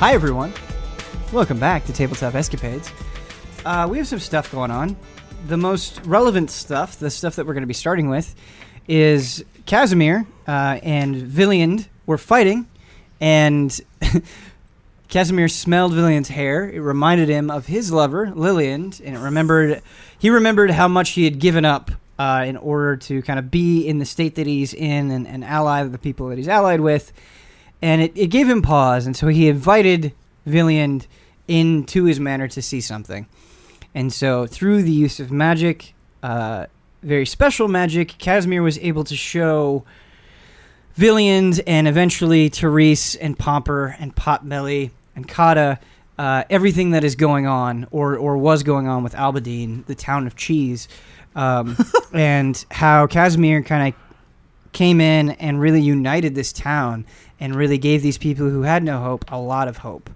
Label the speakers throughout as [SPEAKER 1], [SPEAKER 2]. [SPEAKER 1] Hi, everyone. Welcome back to Tabletop Escapades. Uh, we have some stuff going on. The most relevant stuff, the stuff that we're going to be starting with, is Casimir uh, and Villiand were fighting, and Casimir smelled Villiand's hair. It reminded him of his lover, Lilliand, and it remembered he remembered how much he had given up uh, in order to kind of be in the state that he's in and, and ally the people that he's allied with. And it, it gave him pause, and so he invited Villiand into his manor to see something. And so, through the use of magic, uh, very special magic, Casimir was able to show Villiand and eventually Therese and Pomper and Potmelly and Kata uh, everything that is going on or, or was going on with Albedine, the town of cheese, um, and how Casimir kind of came in and really united this town and really gave these people who had no hope a lot of hope.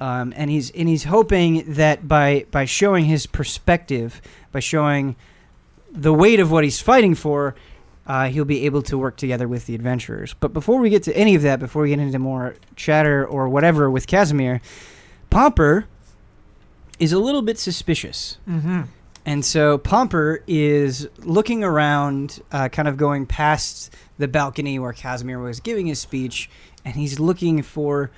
[SPEAKER 1] Um, and he's and he's hoping that by by showing his perspective, by showing the weight of what he's fighting for, uh, he'll be able to work together with the adventurers. But before we get to any of that, before we get into more chatter or whatever with Casimir, Pomper is a little bit suspicious.
[SPEAKER 2] Mm-hmm.
[SPEAKER 1] And so Pomper is looking around, uh, kind of going past the balcony where Casimir was giving his speech, and he's looking for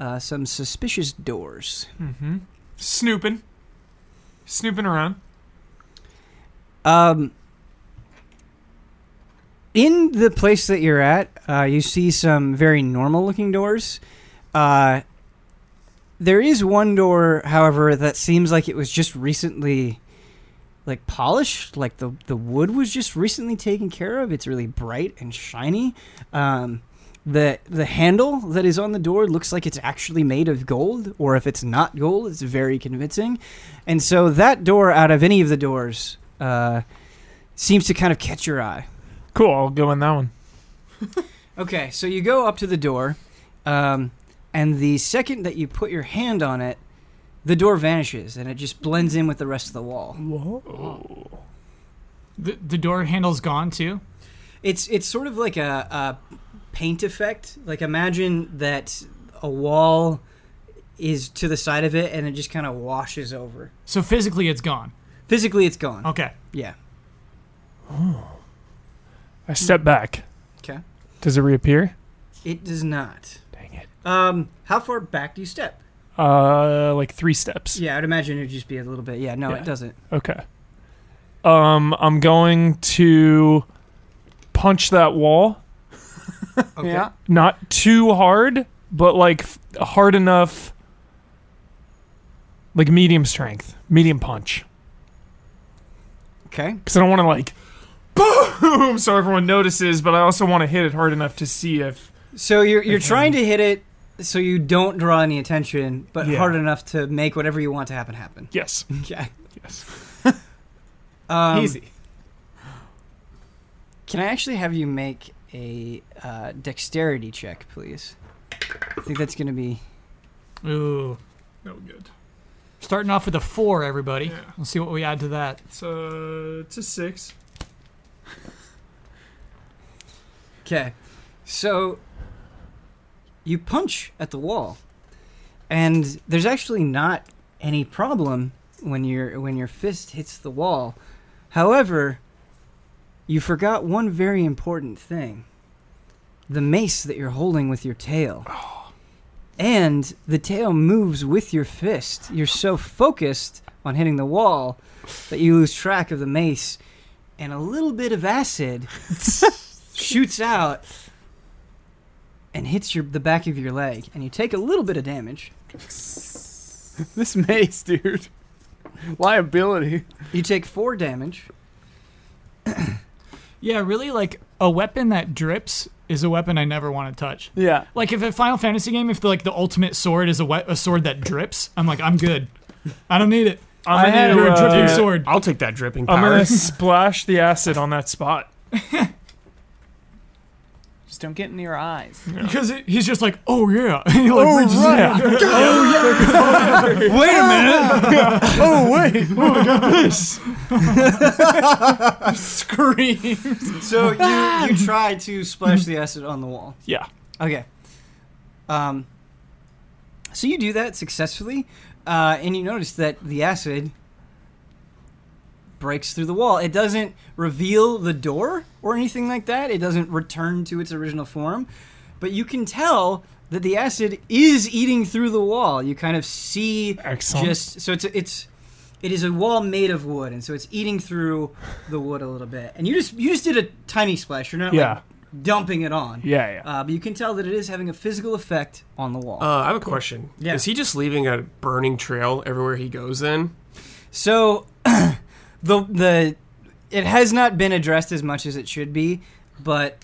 [SPEAKER 1] uh, some suspicious doors.
[SPEAKER 2] Mm-hmm. Snooping. Snooping around.
[SPEAKER 1] Um, in the place that you're at, uh, you see some very normal looking doors. Uh, there is one door, however, that seems like it was just recently like polished like the the wood was just recently taken care of it's really bright and shiny um the the handle that is on the door looks like it's actually made of gold or if it's not gold it's very convincing and so that door out of any of the doors uh seems to kind of catch your eye
[SPEAKER 2] Cool, I'll go in that one.
[SPEAKER 1] Okay, so you go up to the door, um, and the second that you put your hand on it, the door vanishes and it just blends in with the rest of the wall.
[SPEAKER 2] Whoa.
[SPEAKER 3] The, the door handle's gone too.
[SPEAKER 1] It's it's sort of like a, a paint effect. Like imagine that a wall is to the side of it and it just kind of washes over.
[SPEAKER 3] So physically, it's gone.
[SPEAKER 1] Physically, it's gone.
[SPEAKER 3] Okay.
[SPEAKER 1] Yeah.
[SPEAKER 2] I step back.
[SPEAKER 1] Okay.
[SPEAKER 2] Does it reappear?
[SPEAKER 1] It does not.
[SPEAKER 2] Dang it.
[SPEAKER 1] Um, how far back do you step?
[SPEAKER 2] Uh, like three steps.
[SPEAKER 1] Yeah, I'd imagine it'd just be a little bit. Yeah, no,
[SPEAKER 2] Yeah.
[SPEAKER 1] it doesn't.
[SPEAKER 2] Okay. Um, I'm going to punch that wall.
[SPEAKER 1] Okay.
[SPEAKER 3] Yeah.
[SPEAKER 2] Not too hard, but like f- hard enough. Like medium strength, medium punch.
[SPEAKER 1] Okay.
[SPEAKER 2] Because I don't want to like, boom, so everyone notices, but I also want to hit it hard enough to see if.
[SPEAKER 1] So you're you're
[SPEAKER 2] Okay.
[SPEAKER 1] trying to hit it so you don't draw any attention, but
[SPEAKER 2] Yeah.
[SPEAKER 1] hard enough to make whatever you want to happen happen.
[SPEAKER 2] Yes.
[SPEAKER 1] Okay.
[SPEAKER 2] Yes.
[SPEAKER 1] Um,
[SPEAKER 3] Easy.
[SPEAKER 1] Can I actually have you make a uh, dexterity check, please? I think that's gonna be
[SPEAKER 3] Ooh.
[SPEAKER 2] No good.
[SPEAKER 3] Starting off with a four, everybody.
[SPEAKER 2] Yeah.
[SPEAKER 3] Let's see what we add to that.
[SPEAKER 2] It's a, it's a six.
[SPEAKER 1] okay. So you punch at the wall, and there's actually not any problem when your when your fist hits the wall. However, you forgot one very important thing: the mace that you're holding with your tail. And the tail moves with your fist. You're so focused on hitting the wall that you lose track of the mace, and a little bit of acid shoots out and hits your the back of your leg, and you take a little bit of damage.
[SPEAKER 4] This mace, dude. Liability.
[SPEAKER 1] You take four damage.
[SPEAKER 3] Yeah, really, like a weapon that drips is a weapon I never want to touch.
[SPEAKER 4] Yeah.
[SPEAKER 3] Like if a Final Fantasy game, if the, like the ultimate sword is a we- a sword that drips, I'm like, I'm good. I don't need it.
[SPEAKER 2] I'm
[SPEAKER 4] I
[SPEAKER 2] gonna,
[SPEAKER 4] had
[SPEAKER 3] You're a
[SPEAKER 4] Uh,
[SPEAKER 3] dripping
[SPEAKER 4] dude.
[SPEAKER 3] sword.
[SPEAKER 5] I'll take that dripping
[SPEAKER 2] I'm
[SPEAKER 5] power.
[SPEAKER 2] gonna splash the acid on that spot.
[SPEAKER 4] Just don't get in your eyes.
[SPEAKER 3] Because it, he's just like, oh yeah. And he, like, reaches in.
[SPEAKER 4] wait a minute. oh wait.
[SPEAKER 3] Scream.
[SPEAKER 1] So you, you try to splash the acid on the wall.
[SPEAKER 2] Yeah.
[SPEAKER 1] Okay. Um, So you do that successfully, uh, and you notice that the acid breaks through the wall. It doesn't reveal the door or anything like that. It doesn't return to its original form, but you can tell that the acid is eating through the wall. You kind of see
[SPEAKER 2] Excellent.
[SPEAKER 1] just so it's it's it is a wall made of wood, and so it's eating through the wood a little bit. And you just you just did a tiny splash. You're not
[SPEAKER 2] Yeah.
[SPEAKER 1] like dumping it on.
[SPEAKER 2] Yeah, yeah.
[SPEAKER 1] Uh, but you can tell that it is having a physical effect on the wall.
[SPEAKER 5] Uh, I have a question.
[SPEAKER 1] Yeah.
[SPEAKER 5] Is he just leaving a burning trail everywhere he goes in?
[SPEAKER 1] so the the it has not been addressed as much as it should be, but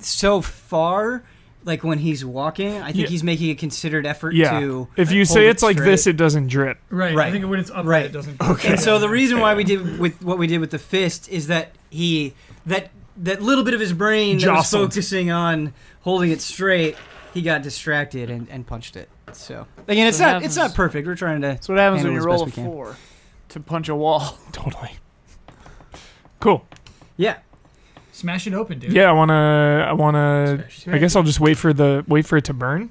[SPEAKER 1] so far, like when he's walking, I think
[SPEAKER 2] Yeah.
[SPEAKER 1] he's making a considered effort
[SPEAKER 2] Yeah.
[SPEAKER 1] to.
[SPEAKER 2] If you
[SPEAKER 1] hold
[SPEAKER 2] say
[SPEAKER 1] it
[SPEAKER 2] it's like this,
[SPEAKER 1] straight.
[SPEAKER 2] it doesn't drip.
[SPEAKER 3] Right.
[SPEAKER 1] Right.
[SPEAKER 3] I think when it's up,
[SPEAKER 1] Right.
[SPEAKER 3] it doesn't. Okay.
[SPEAKER 1] And so the reason why we did with what we did with the fist is that he that that little bit of his brain that was
[SPEAKER 2] Jostled.
[SPEAKER 1] focusing on holding it straight, he got distracted and, and punched it. So again, it's
[SPEAKER 4] what
[SPEAKER 1] not it's not
[SPEAKER 4] happens.
[SPEAKER 1] perfect. We're trying to
[SPEAKER 4] That's what happens when you
[SPEAKER 1] Handle as
[SPEAKER 4] roll a
[SPEAKER 1] best we can.
[SPEAKER 4] four to punch a wall.
[SPEAKER 2] Totally. Cool.
[SPEAKER 1] yeah.
[SPEAKER 3] Smash it open, dude.
[SPEAKER 2] Yeah, I wanna. I wanna. I guess I'll just wait for the wait for it to burn.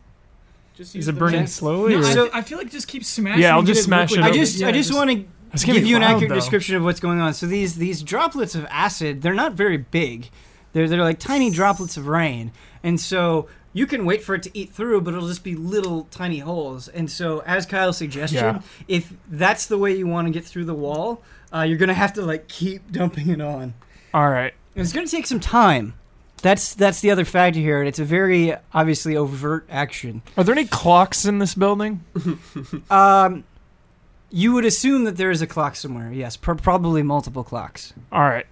[SPEAKER 4] Just
[SPEAKER 2] Is it burning
[SPEAKER 1] next-
[SPEAKER 2] slowly?
[SPEAKER 3] No,
[SPEAKER 2] or-
[SPEAKER 3] I,
[SPEAKER 1] So-
[SPEAKER 3] I feel like just keep smashing.
[SPEAKER 2] Yeah, I'll
[SPEAKER 3] and
[SPEAKER 2] just
[SPEAKER 3] get it
[SPEAKER 2] smash
[SPEAKER 3] liquid.
[SPEAKER 2] it
[SPEAKER 1] I
[SPEAKER 2] up.
[SPEAKER 1] just
[SPEAKER 3] Yeah,
[SPEAKER 1] I just want to
[SPEAKER 2] That's gonna
[SPEAKER 1] give
[SPEAKER 2] be
[SPEAKER 1] you an
[SPEAKER 2] loud,
[SPEAKER 1] accurate
[SPEAKER 2] though.
[SPEAKER 1] description of what's going on. So these these droplets of acid, they're not very big. They're they're like tiny droplets of rain, and so you can wait for it to eat through, but it'll just be little tiny holes. And so, as Kyle suggested,
[SPEAKER 2] Yeah.
[SPEAKER 1] if that's the way you want to get through the wall, uh, you're gonna have to like keep dumping it on.
[SPEAKER 2] All right.
[SPEAKER 1] And it's gonna take some time. That's that's the other factor here, and it's a very obviously overt action.
[SPEAKER 2] Are there any clocks in this building?
[SPEAKER 1] Um, you would assume that there is a clock somewhere. Yes, pr- probably multiple clocks.
[SPEAKER 2] All right.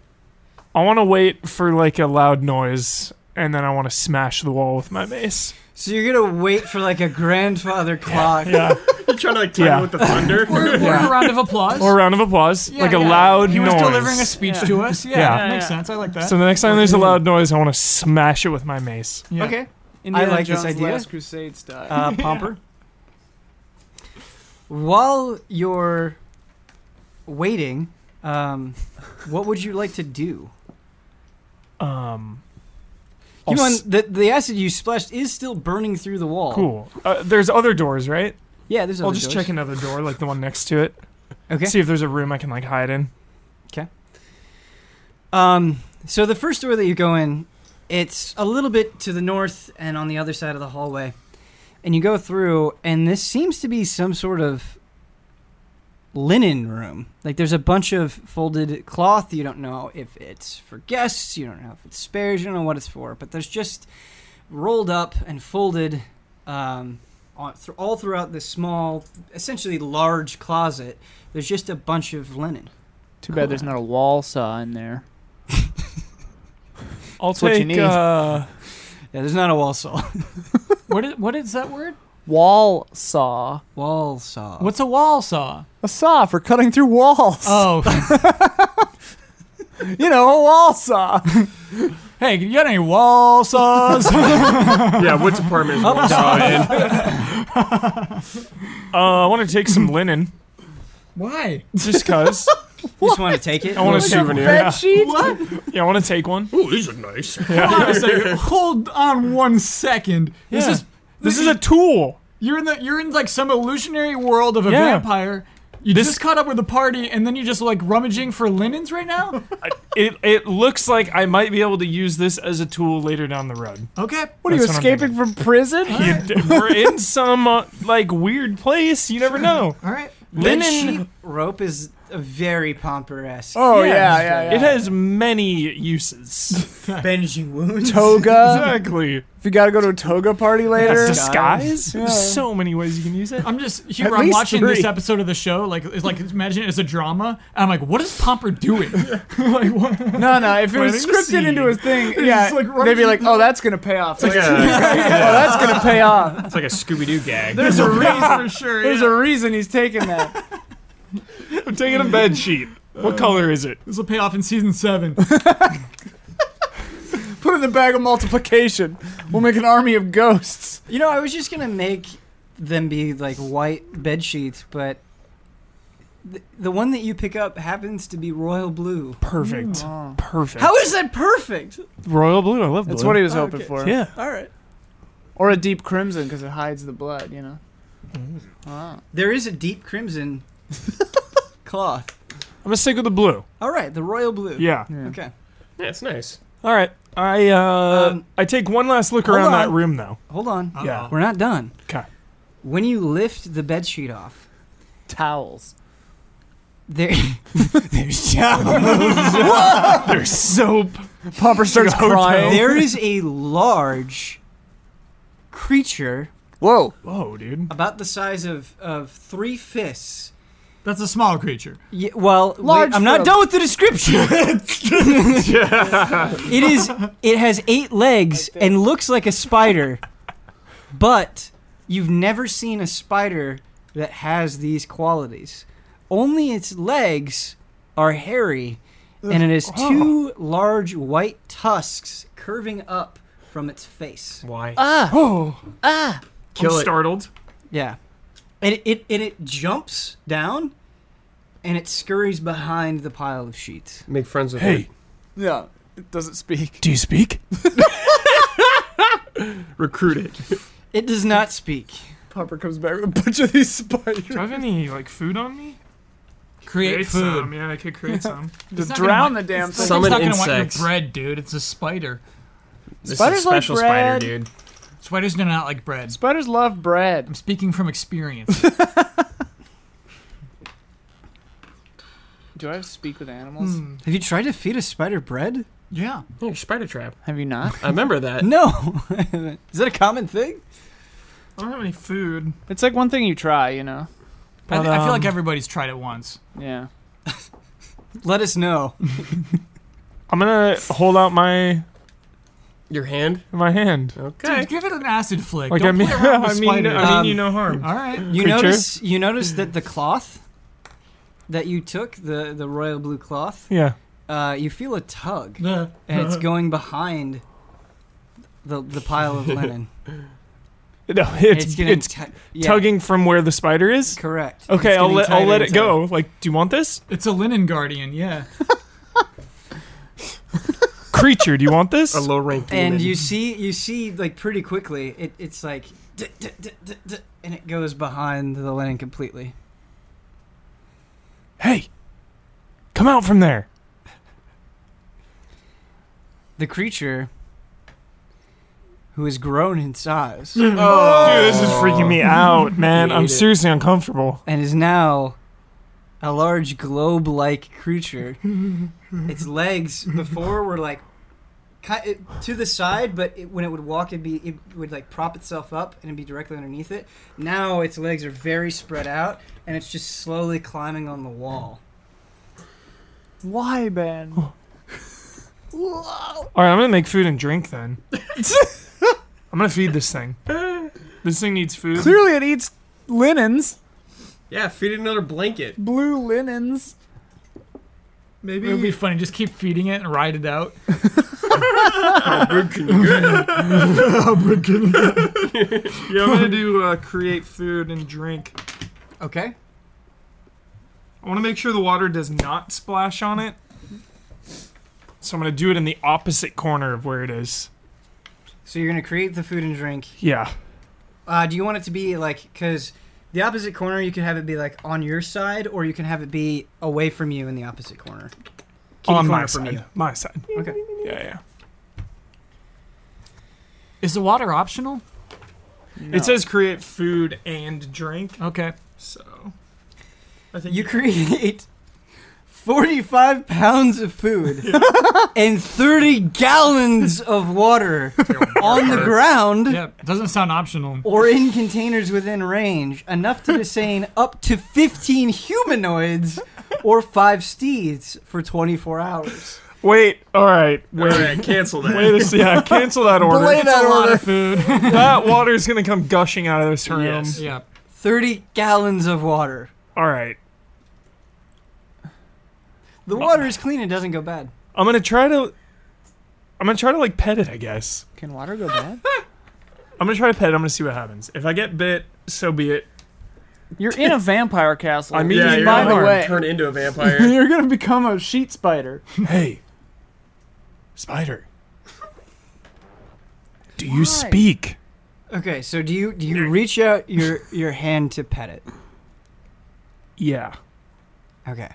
[SPEAKER 2] I want to wait for like a loud noise, and then I want to smash the wall with my mace.
[SPEAKER 1] So you're gonna wait for like a grandfather clock.
[SPEAKER 2] Yeah.
[SPEAKER 5] You're trying to like time
[SPEAKER 2] Yeah.
[SPEAKER 5] it with the thunder.
[SPEAKER 3] Or, or a round of applause.
[SPEAKER 2] or a round of applause,
[SPEAKER 3] Yeah,
[SPEAKER 2] like a
[SPEAKER 3] yeah.
[SPEAKER 2] loud
[SPEAKER 3] He
[SPEAKER 2] noise.
[SPEAKER 3] was delivering a speech
[SPEAKER 4] Yeah.
[SPEAKER 3] to us. Yeah,
[SPEAKER 2] Yeah.
[SPEAKER 3] makes
[SPEAKER 4] Yeah.
[SPEAKER 3] sense. I like that.
[SPEAKER 2] so the next time there's a loud noise, I want to smash it with my mace.
[SPEAKER 3] Yeah.
[SPEAKER 1] Okay.
[SPEAKER 4] Indiana
[SPEAKER 1] I like
[SPEAKER 4] Jones
[SPEAKER 1] this idea.
[SPEAKER 4] Last Crusade style.
[SPEAKER 1] Uh, Pomper. While you're waiting, um, what would you like to do?
[SPEAKER 2] Um,
[SPEAKER 1] You
[SPEAKER 2] I'll
[SPEAKER 1] know,
[SPEAKER 2] s-
[SPEAKER 1] and the, the acid you splashed is still burning through the wall.
[SPEAKER 2] cool. Uh, there's other doors, right?
[SPEAKER 1] Yeah, there's.
[SPEAKER 2] I'll
[SPEAKER 1] other
[SPEAKER 2] just
[SPEAKER 1] doors.
[SPEAKER 2] check another door, like the one next to it.
[SPEAKER 1] Okay.
[SPEAKER 2] See if there's a room I can like hide in.
[SPEAKER 1] Um, so the first door that you go in, it's a little bit to the north and on the other side of the hallway, and you go through, and this seems to be some sort of linen room. Like there's a bunch of folded cloth. You don't know if it's for guests. You don't know if it's spares. You don't know what it's for. But there's just rolled up and folded. Um, on, thr all throughout this small, essentially large closet, there's just a bunch of linen.
[SPEAKER 4] Too bad there's not a wall saw in there.
[SPEAKER 2] I'll
[SPEAKER 4] what you
[SPEAKER 2] take.
[SPEAKER 4] need.
[SPEAKER 2] Uh,
[SPEAKER 1] Yeah, there's not a wall saw.
[SPEAKER 3] What is, what is that word?
[SPEAKER 4] Wall saw.
[SPEAKER 1] Wall saw.
[SPEAKER 3] What's a wall saw?
[SPEAKER 4] A saw for cutting through walls.
[SPEAKER 3] Oh,
[SPEAKER 4] you know, a wall saw.
[SPEAKER 3] hey, you got any wall saws?
[SPEAKER 5] yeah, what department is one saw in?
[SPEAKER 2] uh, I want to take some linen,
[SPEAKER 3] Why?
[SPEAKER 2] just cause.
[SPEAKER 1] You just want to take it?
[SPEAKER 2] I want
[SPEAKER 5] Like
[SPEAKER 2] to
[SPEAKER 5] a
[SPEAKER 2] take
[SPEAKER 5] souvenir.
[SPEAKER 2] Yeah.
[SPEAKER 4] Bed sheet.
[SPEAKER 2] Yeah, I want to take one.
[SPEAKER 5] Ooh, these are nice.
[SPEAKER 3] Hold on a second. Hold on one second. This
[SPEAKER 2] Yeah.
[SPEAKER 3] is
[SPEAKER 2] This is a tool.
[SPEAKER 3] you're in the you're in like some illusionary world of a
[SPEAKER 2] Yeah.
[SPEAKER 3] vampire. You just caught up with the party, and then you're just like rummaging for linens right now.
[SPEAKER 2] It it looks like I might be able to use this as a tool later down the road.
[SPEAKER 3] Okay.
[SPEAKER 4] What are you
[SPEAKER 2] That's what I'm
[SPEAKER 4] escaping from prison?
[SPEAKER 2] You d- We're in some uh, like weird place. You never know.
[SPEAKER 3] All right.
[SPEAKER 1] Bed
[SPEAKER 2] Linen.
[SPEAKER 1] sheet rope is a very pomper esque.
[SPEAKER 4] Oh yeah, yeah, yeah.
[SPEAKER 2] It has many uses.
[SPEAKER 1] Bandaging wounds.
[SPEAKER 4] toga.
[SPEAKER 2] exactly.
[SPEAKER 4] if you gotta go to a toga party later,
[SPEAKER 2] Disguise.
[SPEAKER 4] Yeah.
[SPEAKER 2] There's so many ways you can use it.
[SPEAKER 3] I'm just here.
[SPEAKER 4] At
[SPEAKER 3] I'm
[SPEAKER 4] least
[SPEAKER 3] watching this
[SPEAKER 4] three.
[SPEAKER 3] episode of the show. Like, it's like imagine it as a drama. And I'm like, what is Pomper doing? like, what?
[SPEAKER 4] no, no. If it
[SPEAKER 2] Planting
[SPEAKER 4] was
[SPEAKER 2] the seed.
[SPEAKER 4] scripted into a thing, yeah,
[SPEAKER 3] just like
[SPEAKER 4] they'd be
[SPEAKER 3] rubbing-
[SPEAKER 4] like, "Oh, that's gonna pay off.
[SPEAKER 5] It's like
[SPEAKER 4] Like,
[SPEAKER 5] a,
[SPEAKER 4] oh, that's gonna pay off."
[SPEAKER 5] it's like a Scooby Doo gag.
[SPEAKER 4] There's a reason.
[SPEAKER 3] for sure.
[SPEAKER 4] There's
[SPEAKER 3] yeah.
[SPEAKER 4] a reason he's taking that.
[SPEAKER 2] I'm taking a bed sheet. What color is it?
[SPEAKER 3] this will pay off in season seven.
[SPEAKER 4] Put it in the bag of multiplication. We'll make an army of ghosts.
[SPEAKER 1] You know, I was just going to make them be like white bed sheets, but th- the one that you pick up happens to be royal blue.
[SPEAKER 2] Perfect. Perfect.
[SPEAKER 1] How is that perfect?
[SPEAKER 2] Royal blue. I love blue.
[SPEAKER 4] That's what he was hoping
[SPEAKER 1] okay.
[SPEAKER 4] for.
[SPEAKER 2] Yeah.
[SPEAKER 1] All right.
[SPEAKER 4] Or a deep crimson because it hides the blood. You know.
[SPEAKER 1] There is a deep crimson cloth.
[SPEAKER 2] I'm gonna stick with the blue.
[SPEAKER 1] All right, the royal blue.
[SPEAKER 2] Yeah.
[SPEAKER 1] Okay.
[SPEAKER 5] Yeah, it's nice.
[SPEAKER 2] All right. I uh,
[SPEAKER 1] Um,
[SPEAKER 2] I take one last look
[SPEAKER 1] hold
[SPEAKER 2] around that
[SPEAKER 1] on.
[SPEAKER 2] room though.
[SPEAKER 1] Hold on.
[SPEAKER 3] Uh.
[SPEAKER 2] Yeah.
[SPEAKER 1] We're not done.
[SPEAKER 2] Okay.
[SPEAKER 1] When you lift the bed sheet off,
[SPEAKER 4] Towels.
[SPEAKER 1] there
[SPEAKER 2] There's There's soap.
[SPEAKER 4] Pumper starts
[SPEAKER 2] Like a hotel.
[SPEAKER 4] crying.
[SPEAKER 1] there is a large creature
[SPEAKER 4] Whoa.
[SPEAKER 2] Whoa, dude.
[SPEAKER 1] about the size of, of three fists.
[SPEAKER 3] That's a small creature.
[SPEAKER 1] Yeah, well, wait,
[SPEAKER 4] Large
[SPEAKER 1] I'm not
[SPEAKER 4] fists.
[SPEAKER 1] done with the description. It is. It has eight legs and looks like a spider, but you've never seen a spider that has these qualities. Only its legs are hairy, and it has two large white tusks curving up from its face.
[SPEAKER 5] Why?
[SPEAKER 2] Oh,
[SPEAKER 5] Kill
[SPEAKER 2] I'm
[SPEAKER 5] it.
[SPEAKER 2] startled.
[SPEAKER 1] Yeah, and it, it and it jumps down, and it scurries behind the pile of sheets.
[SPEAKER 5] Make friends with
[SPEAKER 2] Hey,
[SPEAKER 5] it.
[SPEAKER 4] Yeah. It doesn't speak.
[SPEAKER 2] do you speak?
[SPEAKER 5] Recruit it.
[SPEAKER 1] It does not speak.
[SPEAKER 4] Pumper comes back with a bunch of these
[SPEAKER 2] Do I
[SPEAKER 4] spiders.
[SPEAKER 2] have any like food on me?
[SPEAKER 3] Create, food.
[SPEAKER 2] some. Yeah, I could create some.
[SPEAKER 4] Just
[SPEAKER 3] not
[SPEAKER 4] drown
[SPEAKER 3] gonna
[SPEAKER 4] the damn
[SPEAKER 3] It's like-
[SPEAKER 4] thing.
[SPEAKER 3] it's
[SPEAKER 5] Summon
[SPEAKER 3] not gonna want
[SPEAKER 5] insects.
[SPEAKER 3] your bread, dude. It's a spider.
[SPEAKER 5] This
[SPEAKER 4] Spiders
[SPEAKER 5] is a
[SPEAKER 4] like
[SPEAKER 5] special
[SPEAKER 4] bread.
[SPEAKER 5] spider, dude.
[SPEAKER 3] Spiders do not like bread.
[SPEAKER 4] Spiders love bread.
[SPEAKER 3] I'm speaking from experience.
[SPEAKER 4] Do I have to speak with animals?
[SPEAKER 2] Hmm.
[SPEAKER 1] Have you tried to feed a spider bread?
[SPEAKER 3] yeah.
[SPEAKER 5] Yeah, spider trap.
[SPEAKER 4] Have you not?
[SPEAKER 5] I remember
[SPEAKER 2] Uh,
[SPEAKER 5] that.
[SPEAKER 1] No. Is that a common thing?
[SPEAKER 2] I don't have any food.
[SPEAKER 4] It's like one thing you try, you know?
[SPEAKER 3] I,
[SPEAKER 2] But,
[SPEAKER 3] th- I feel like
[SPEAKER 2] um,
[SPEAKER 3] everybody's tried it once.
[SPEAKER 4] Yeah.
[SPEAKER 1] Let us know.
[SPEAKER 2] I'm gonna hold out my
[SPEAKER 5] Your hand.
[SPEAKER 2] my hand.
[SPEAKER 5] Okay.
[SPEAKER 3] Dude, give it an acid flick.
[SPEAKER 2] Like
[SPEAKER 3] Don't
[SPEAKER 2] I mean,
[SPEAKER 3] play around with
[SPEAKER 2] I mean,
[SPEAKER 3] spiders.
[SPEAKER 2] I mean you
[SPEAKER 1] Um,
[SPEAKER 2] no harm.
[SPEAKER 3] All right.
[SPEAKER 1] You
[SPEAKER 2] Creature?
[SPEAKER 1] notice you notice that the cloth that you took, the, the royal blue cloth,
[SPEAKER 2] Yeah.
[SPEAKER 1] uh, you feel a tug and
[SPEAKER 2] Uh-huh.
[SPEAKER 1] it's going behind the the pile of linen.
[SPEAKER 2] No,
[SPEAKER 1] And
[SPEAKER 2] it's it's,
[SPEAKER 1] getting tu- yeah,
[SPEAKER 2] tugging from where the spider is.
[SPEAKER 1] Correct.
[SPEAKER 2] Okay,
[SPEAKER 1] It's
[SPEAKER 2] I'll
[SPEAKER 1] getting
[SPEAKER 2] let I'll
[SPEAKER 1] tighter
[SPEAKER 2] let
[SPEAKER 1] and
[SPEAKER 2] it go. Like, do you want this
[SPEAKER 3] It's a linen guardian, yeah.
[SPEAKER 2] creature? Do you want this?
[SPEAKER 5] A low rank
[SPEAKER 1] tighter. And you see you see like pretty quickly it, it's like d- d- d- d- d- and it goes behind the linen completely.
[SPEAKER 2] hey, come out from there.
[SPEAKER 1] The creature who has grown in size
[SPEAKER 2] Dude, this is freaking me out, man. I'm
[SPEAKER 5] Oh. Hate it.
[SPEAKER 2] seriously uncomfortable.
[SPEAKER 1] and is now a large globe like creature. its legs before were like ki- it- to the side, but it, when it would walk, it'd be, it would like prop itself up and it'd be directly underneath it. Now its legs are very spread out and it's just slowly climbing on the wall.
[SPEAKER 4] Why, Ben?
[SPEAKER 2] All right, I'm gonna make food and drink then. I'm gonna feed this thing. This thing needs food.
[SPEAKER 4] Clearly it eats linens.
[SPEAKER 5] Yeah, feed it another blanket.
[SPEAKER 4] Blue linens.
[SPEAKER 3] Maybe it would be funny. Just keep feeding it and ride it out.
[SPEAKER 2] Yeah, I'm gonna do uh, create food and drink.
[SPEAKER 1] Okay.
[SPEAKER 2] I want to make sure the water does not splash on it. So I'm gonna do it in the opposite corner of where it is.
[SPEAKER 1] So you're going to create the food and drink.
[SPEAKER 2] Yeah.
[SPEAKER 1] Uh, do you want it to be like because the opposite corner you can have it be like on your side, or you can have it be away from you in the opposite corner. Kitty
[SPEAKER 2] on
[SPEAKER 1] corner
[SPEAKER 2] my
[SPEAKER 1] from
[SPEAKER 2] side.
[SPEAKER 1] you.
[SPEAKER 2] My side.
[SPEAKER 1] Okay.
[SPEAKER 2] Yeah, yeah.
[SPEAKER 3] Is the water optional?
[SPEAKER 2] It says create food and drink,
[SPEAKER 3] Okay.
[SPEAKER 2] so I think
[SPEAKER 1] You create forty-five pounds of food and thirty gallons of water on the ground.
[SPEAKER 3] Yeah. Doesn't sound optional.
[SPEAKER 1] Or in containers within range, enough to sustain up to 15 humanoids or five steeds for 24 hours.
[SPEAKER 2] Wait, all right.
[SPEAKER 5] All
[SPEAKER 2] Wait.
[SPEAKER 5] right, cancel that.
[SPEAKER 2] Wait a s- yeah, cancel that order.
[SPEAKER 4] Belay that
[SPEAKER 3] a lot
[SPEAKER 4] order.
[SPEAKER 3] of food.
[SPEAKER 2] that water's gonna come gushing out of this room.
[SPEAKER 5] Yes.
[SPEAKER 3] yeah.
[SPEAKER 1] 30 gallons of water.
[SPEAKER 2] All right.
[SPEAKER 1] The water is clean and doesn't go bad.
[SPEAKER 2] I'm gonna try to. I'm gonna try to like pet it. I guess.
[SPEAKER 4] Can water go bad?
[SPEAKER 2] I'm gonna try to pet it. I'm gonna see what happens. If I get bit, so be it.
[SPEAKER 4] You're in a vampire castle.
[SPEAKER 2] I mean,
[SPEAKER 5] yeah,
[SPEAKER 2] Just
[SPEAKER 5] you're
[SPEAKER 4] by
[SPEAKER 5] gonna
[SPEAKER 4] the
[SPEAKER 5] like,
[SPEAKER 4] way,
[SPEAKER 5] turn into a vampire.
[SPEAKER 4] you're gonna become a sheet spider.
[SPEAKER 2] Hey, spider. Do you
[SPEAKER 4] Why?
[SPEAKER 2] speak?
[SPEAKER 1] Okay, so do you do you reach out your your hand to pet it?
[SPEAKER 2] Yeah.
[SPEAKER 1] Okay.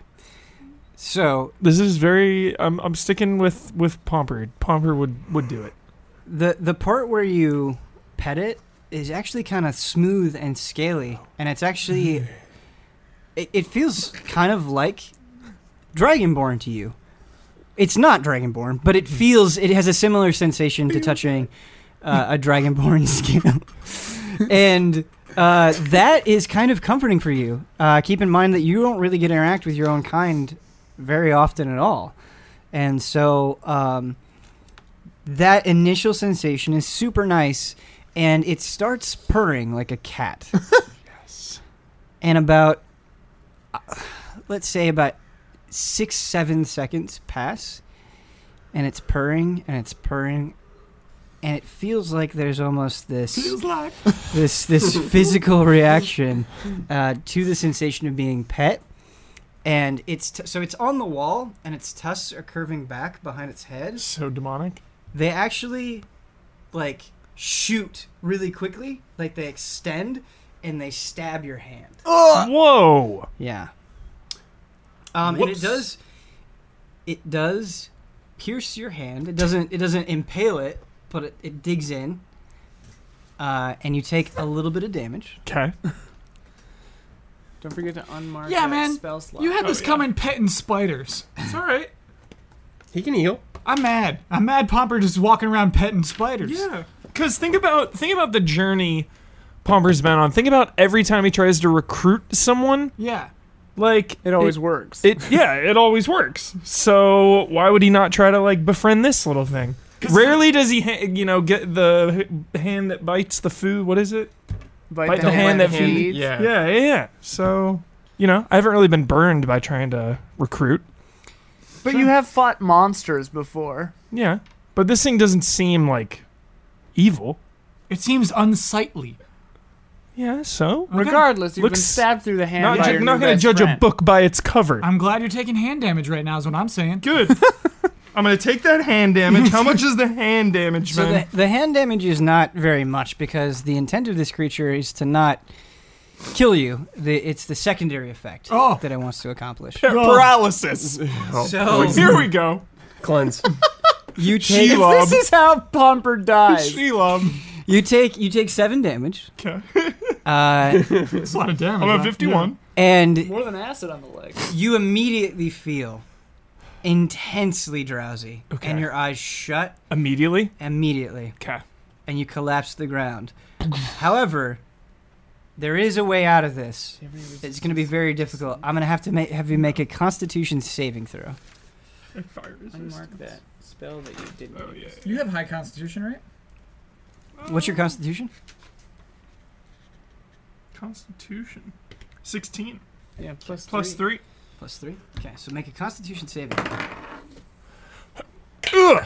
[SPEAKER 1] So
[SPEAKER 2] This is very. I'm, I'm sticking with with Pomper. Pomper would would do it.
[SPEAKER 1] the the part where you pet it is actually kind of smooth and scaly, and it's actually it, it feels kind of like Dragonborn to you. It's not Dragonborn, but it feels it has a similar sensation to touching uh, a Dragonborn skin, and uh, that is kind of comforting for you. Uh, keep in mind that you don't really get to interact with your own kind very often at all, and so. Um, that initial sensation is super nice and it starts purring like a cat
[SPEAKER 2] Yes.
[SPEAKER 1] and about uh, let's say about six seven seconds pass and it's purring and it's purring and it feels like there's almost this
[SPEAKER 2] like
[SPEAKER 1] this this physical reaction uh, to the sensation of being pet and it's t- so it's on the wall and its tusks are curving back behind its head
[SPEAKER 2] so demonic.
[SPEAKER 1] they actually like shoot really quickly like they extend and they stab your hand
[SPEAKER 2] Whoa.
[SPEAKER 1] yeah um, and it
[SPEAKER 5] Whoops.
[SPEAKER 1] does it does pierce your hand it doesn't it doesn't impale it but it, it digs in uh, and you take a little bit of damage
[SPEAKER 2] Okay.
[SPEAKER 4] Don't forget to unmark
[SPEAKER 3] Yeah,
[SPEAKER 4] that
[SPEAKER 3] man.
[SPEAKER 4] spell slot.
[SPEAKER 3] You had
[SPEAKER 2] Oh,
[SPEAKER 3] this
[SPEAKER 2] yeah.
[SPEAKER 3] coming petting spiders.
[SPEAKER 2] It's all right.
[SPEAKER 5] He can heal.
[SPEAKER 3] I'm mad. I'm mad. Pomper just walking around petting spiders.
[SPEAKER 2] Yeah. Cause think about think about the journey Pomper's been on. Think about every time he tries to recruit someone.
[SPEAKER 3] Yeah.
[SPEAKER 2] Like
[SPEAKER 4] it always works.
[SPEAKER 2] It yeah, it always works. So why would he not try to like befriend this little thing? Rarely does he, ha- you know, get the h- hand that bites the food. What is it?
[SPEAKER 4] Bite,
[SPEAKER 2] Bite the hand that feeds.
[SPEAKER 5] Yeah.
[SPEAKER 2] Yeah, yeah. yeah. So you know, I haven't really been burned by trying to recruit.
[SPEAKER 4] But you have fought monsters before.
[SPEAKER 2] Yeah, but this thing doesn't seem like evil.
[SPEAKER 3] It seems unsightly.
[SPEAKER 2] Yeah. So
[SPEAKER 4] Regardless, you've
[SPEAKER 2] Looks-
[SPEAKER 4] been stabbed through the hand.
[SPEAKER 2] not,
[SPEAKER 4] by
[SPEAKER 2] ju-
[SPEAKER 4] your
[SPEAKER 2] not
[SPEAKER 4] new
[SPEAKER 2] gonna
[SPEAKER 4] best
[SPEAKER 2] judge a
[SPEAKER 4] friend.
[SPEAKER 2] book by its cover.
[SPEAKER 3] I'm glad you're taking hand damage right now, is what I'm saying.
[SPEAKER 2] good. I'm gonna take that hand damage. How much is the hand damage,
[SPEAKER 1] so the, the hand damage is not very much because the intent of this creature is to not kill you the, it's the secondary effect
[SPEAKER 3] Oh.
[SPEAKER 1] that it wants to accomplish
[SPEAKER 2] Paralysis.
[SPEAKER 1] so
[SPEAKER 2] Here we go.
[SPEAKER 5] Cleanse.
[SPEAKER 1] you
[SPEAKER 2] She
[SPEAKER 1] take
[SPEAKER 2] loves-
[SPEAKER 4] This is how Pomper dies.
[SPEAKER 2] Shelob.
[SPEAKER 1] you take you take seven damage
[SPEAKER 2] Okay.
[SPEAKER 1] uh,
[SPEAKER 3] It's a lot of damage.
[SPEAKER 2] I'm
[SPEAKER 3] huh?
[SPEAKER 2] at 51.
[SPEAKER 1] and
[SPEAKER 4] More than acid on the leg.
[SPEAKER 1] you immediately feel intensely drowsy and your eyes shut
[SPEAKER 2] Immediately.
[SPEAKER 1] immediately
[SPEAKER 2] Okay.
[SPEAKER 1] and you collapse to the ground however there is a way out of this it's going to be very difficult i'm going to have to make, have you make a constitution saving throw
[SPEAKER 4] Unmark that spell that you didn't
[SPEAKER 2] Oh, yeah.
[SPEAKER 4] use.
[SPEAKER 3] You have high constitution, right?
[SPEAKER 1] what's your constitution
[SPEAKER 2] Constitution. 16.
[SPEAKER 4] Yeah, plus
[SPEAKER 2] Plus
[SPEAKER 4] three.
[SPEAKER 2] 3.
[SPEAKER 1] plus three okay so make a constitution saving
[SPEAKER 2] Ugh.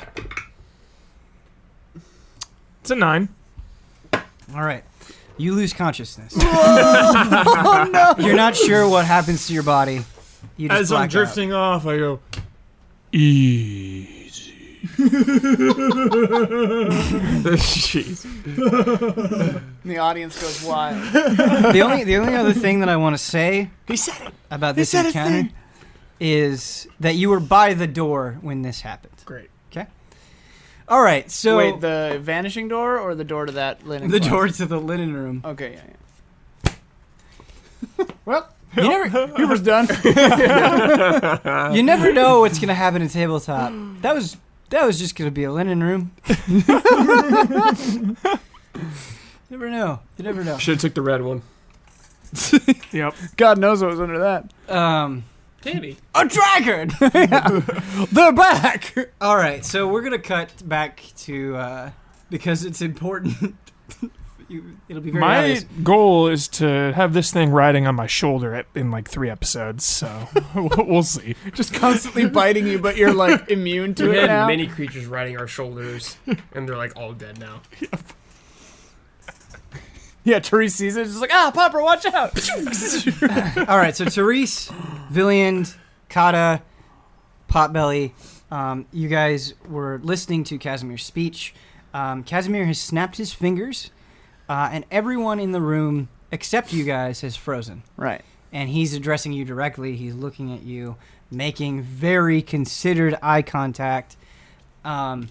[SPEAKER 2] It's a 9.
[SPEAKER 1] all right you lose consciousness you're not sure what happens to your body you just
[SPEAKER 2] As I'm
[SPEAKER 1] black out.
[SPEAKER 2] drifting off, I go, easy. Jeez.
[SPEAKER 4] And the audience goes wild.
[SPEAKER 1] the only the only other thing that I want to say
[SPEAKER 2] He said it.
[SPEAKER 1] about this
[SPEAKER 4] said a
[SPEAKER 1] encounter
[SPEAKER 4] thing.
[SPEAKER 1] is that you were by the door when this happened.
[SPEAKER 2] Great.
[SPEAKER 1] All right, so
[SPEAKER 4] Wait, the vanishing door or the door to that linen?
[SPEAKER 1] the
[SPEAKER 4] closet?
[SPEAKER 1] door to the linen room.
[SPEAKER 4] Okay, yeah, yeah. well,
[SPEAKER 1] You never
[SPEAKER 4] Huber's done.
[SPEAKER 1] you never know what's gonna happen in tabletop. That was that was just gonna be a linen room. never know. You never know.
[SPEAKER 5] Should have took the red one.
[SPEAKER 2] Yep.
[SPEAKER 4] God knows what was under that.
[SPEAKER 1] Um,
[SPEAKER 5] Candy.
[SPEAKER 1] a dragon.
[SPEAKER 4] They're back.
[SPEAKER 1] All right, so we're gonna cut back to uh, because it's important. You- It'll be very
[SPEAKER 2] my
[SPEAKER 1] obvious.
[SPEAKER 2] goal is to have this thing riding on my shoulder at, in like three episodes, so we'll we'll see.
[SPEAKER 4] Just constantly biting you, but you're like immune to
[SPEAKER 5] We
[SPEAKER 4] it
[SPEAKER 5] had
[SPEAKER 4] now.
[SPEAKER 5] many creatures riding our shoulders, and they're like all dead now.
[SPEAKER 4] yeah, Therese sees it. She's like, ah, Popper, watch out.
[SPEAKER 1] All right, so Therese, Villiand, Kata, Potbelly, um, you guys were listening to Casimir's speech. Um, Casimir has snapped his fingers, uh, and everyone in the room except you guys has frozen.
[SPEAKER 4] Right.
[SPEAKER 1] and he's addressing you directly. He's looking at you, making very considered eye contact. Um,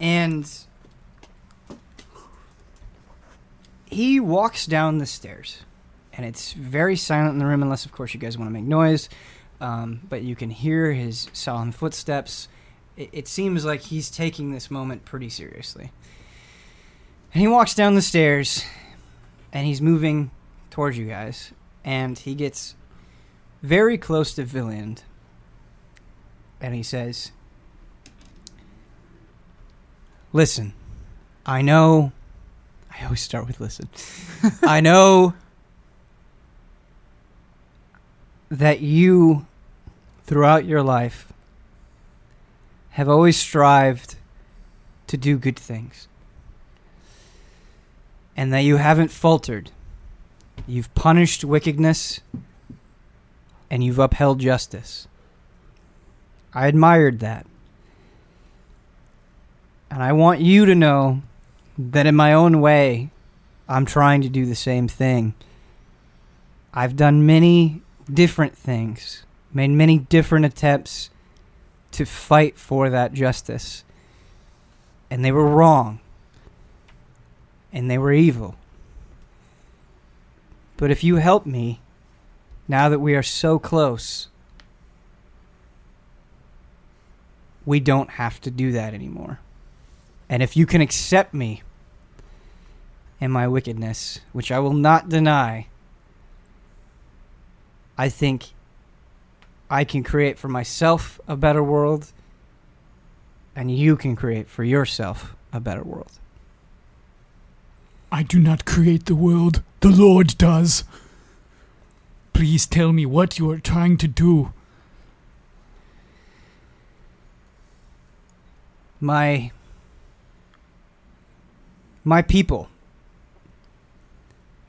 [SPEAKER 1] and he walks down the stairs, and it's very silent in the room, unless, of course, you guys want to make noise. Um, but you can hear his solemn footsteps. It, it seems like he's taking this moment pretty seriously. And he walks down the stairs, and he's moving towards you guys, and he gets very close to Villand, and he says, "Listen, I know. I always start with listen. I know that you, throughout your life, have always strived to do good things." And that you haven't faltered You've punished wickedness and you've upheld justice. I admired that. And I want you to know that in my own way, I'm trying to do the same thing. I've done many different things, made many different attempts to fight for that justice. And they were wrong. And they were evil. But if you help me, now that we are so close, we don't have to do that anymore. And if you can accept me and my wickedness, which I will not deny, I think I can create for myself a better world, and you can create for yourself a better world.
[SPEAKER 3] I do not create the world, the Lord does. Please tell me what you are trying to do.
[SPEAKER 1] my my people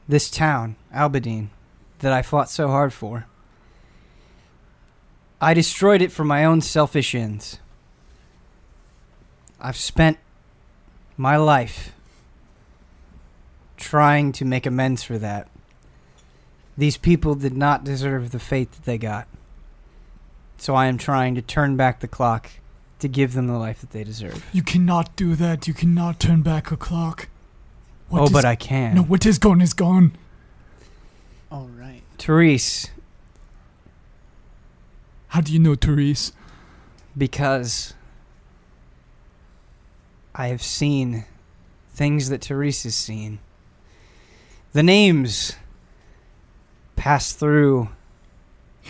[SPEAKER 1] this town albedine that i fought so hard for i destroyed it for my own selfish ends i've spent my life trying to make amends for that these people did not deserve the fate that they got so i am trying to turn back the clock to give them the life that they deserve
[SPEAKER 3] You cannot do that. You cannot turn back a clock. What
[SPEAKER 1] oh,
[SPEAKER 3] is-
[SPEAKER 1] but I can.
[SPEAKER 3] No, what is gone is gone.
[SPEAKER 4] All right.
[SPEAKER 1] Therese,
[SPEAKER 3] How do you know, Therese?
[SPEAKER 1] because I have seen things that Therese has seen. The names pass through.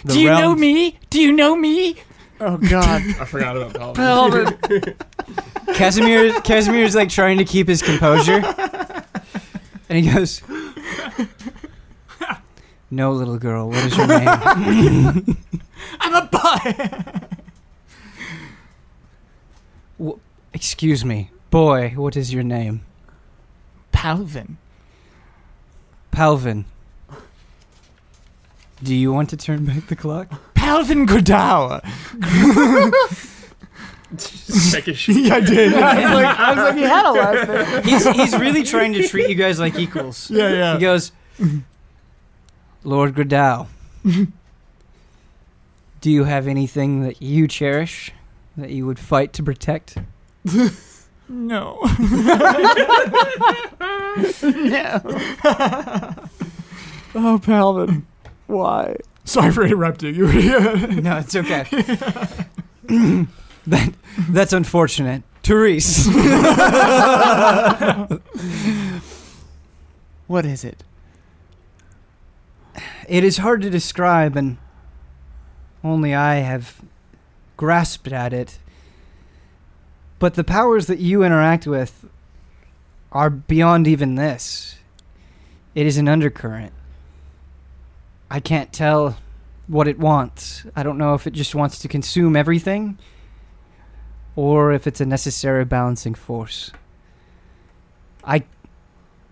[SPEAKER 1] The realms-
[SPEAKER 3] me? Do you know me?
[SPEAKER 4] Oh God.
[SPEAKER 5] I forgot about Paladin.
[SPEAKER 1] Casimir Casimir's like trying to keep his composure. And he goes No little girl, what is your name?
[SPEAKER 3] I'm a boy.
[SPEAKER 1] Excuse me. Boy, what is your name?
[SPEAKER 3] Palvin.
[SPEAKER 1] Palvin. Do you want to turn back the clock?
[SPEAKER 3] Palvin Godower.
[SPEAKER 5] Check his shit.
[SPEAKER 3] I did.
[SPEAKER 4] I was like, I was like, he had a last name.
[SPEAKER 1] He's he's really trying to treat you guys like equals.
[SPEAKER 3] yeah, yeah.
[SPEAKER 1] He goes, Lord Gradow, do you have anything that you cherish that you would fight to protect?
[SPEAKER 3] No.
[SPEAKER 4] Oh, Palvin. Why?
[SPEAKER 3] Sorry for interrupting you. yeah.
[SPEAKER 1] No, it's okay. that that's unfortunate, Therese.
[SPEAKER 4] What is it?
[SPEAKER 1] it is hard to describe, and only I have grasped at it. But the powers that you interact with are beyond even this. It is an undercurrent. I can't tell what it wants. I don't know if it just wants to consume everything or if it's a necessary balancing force. I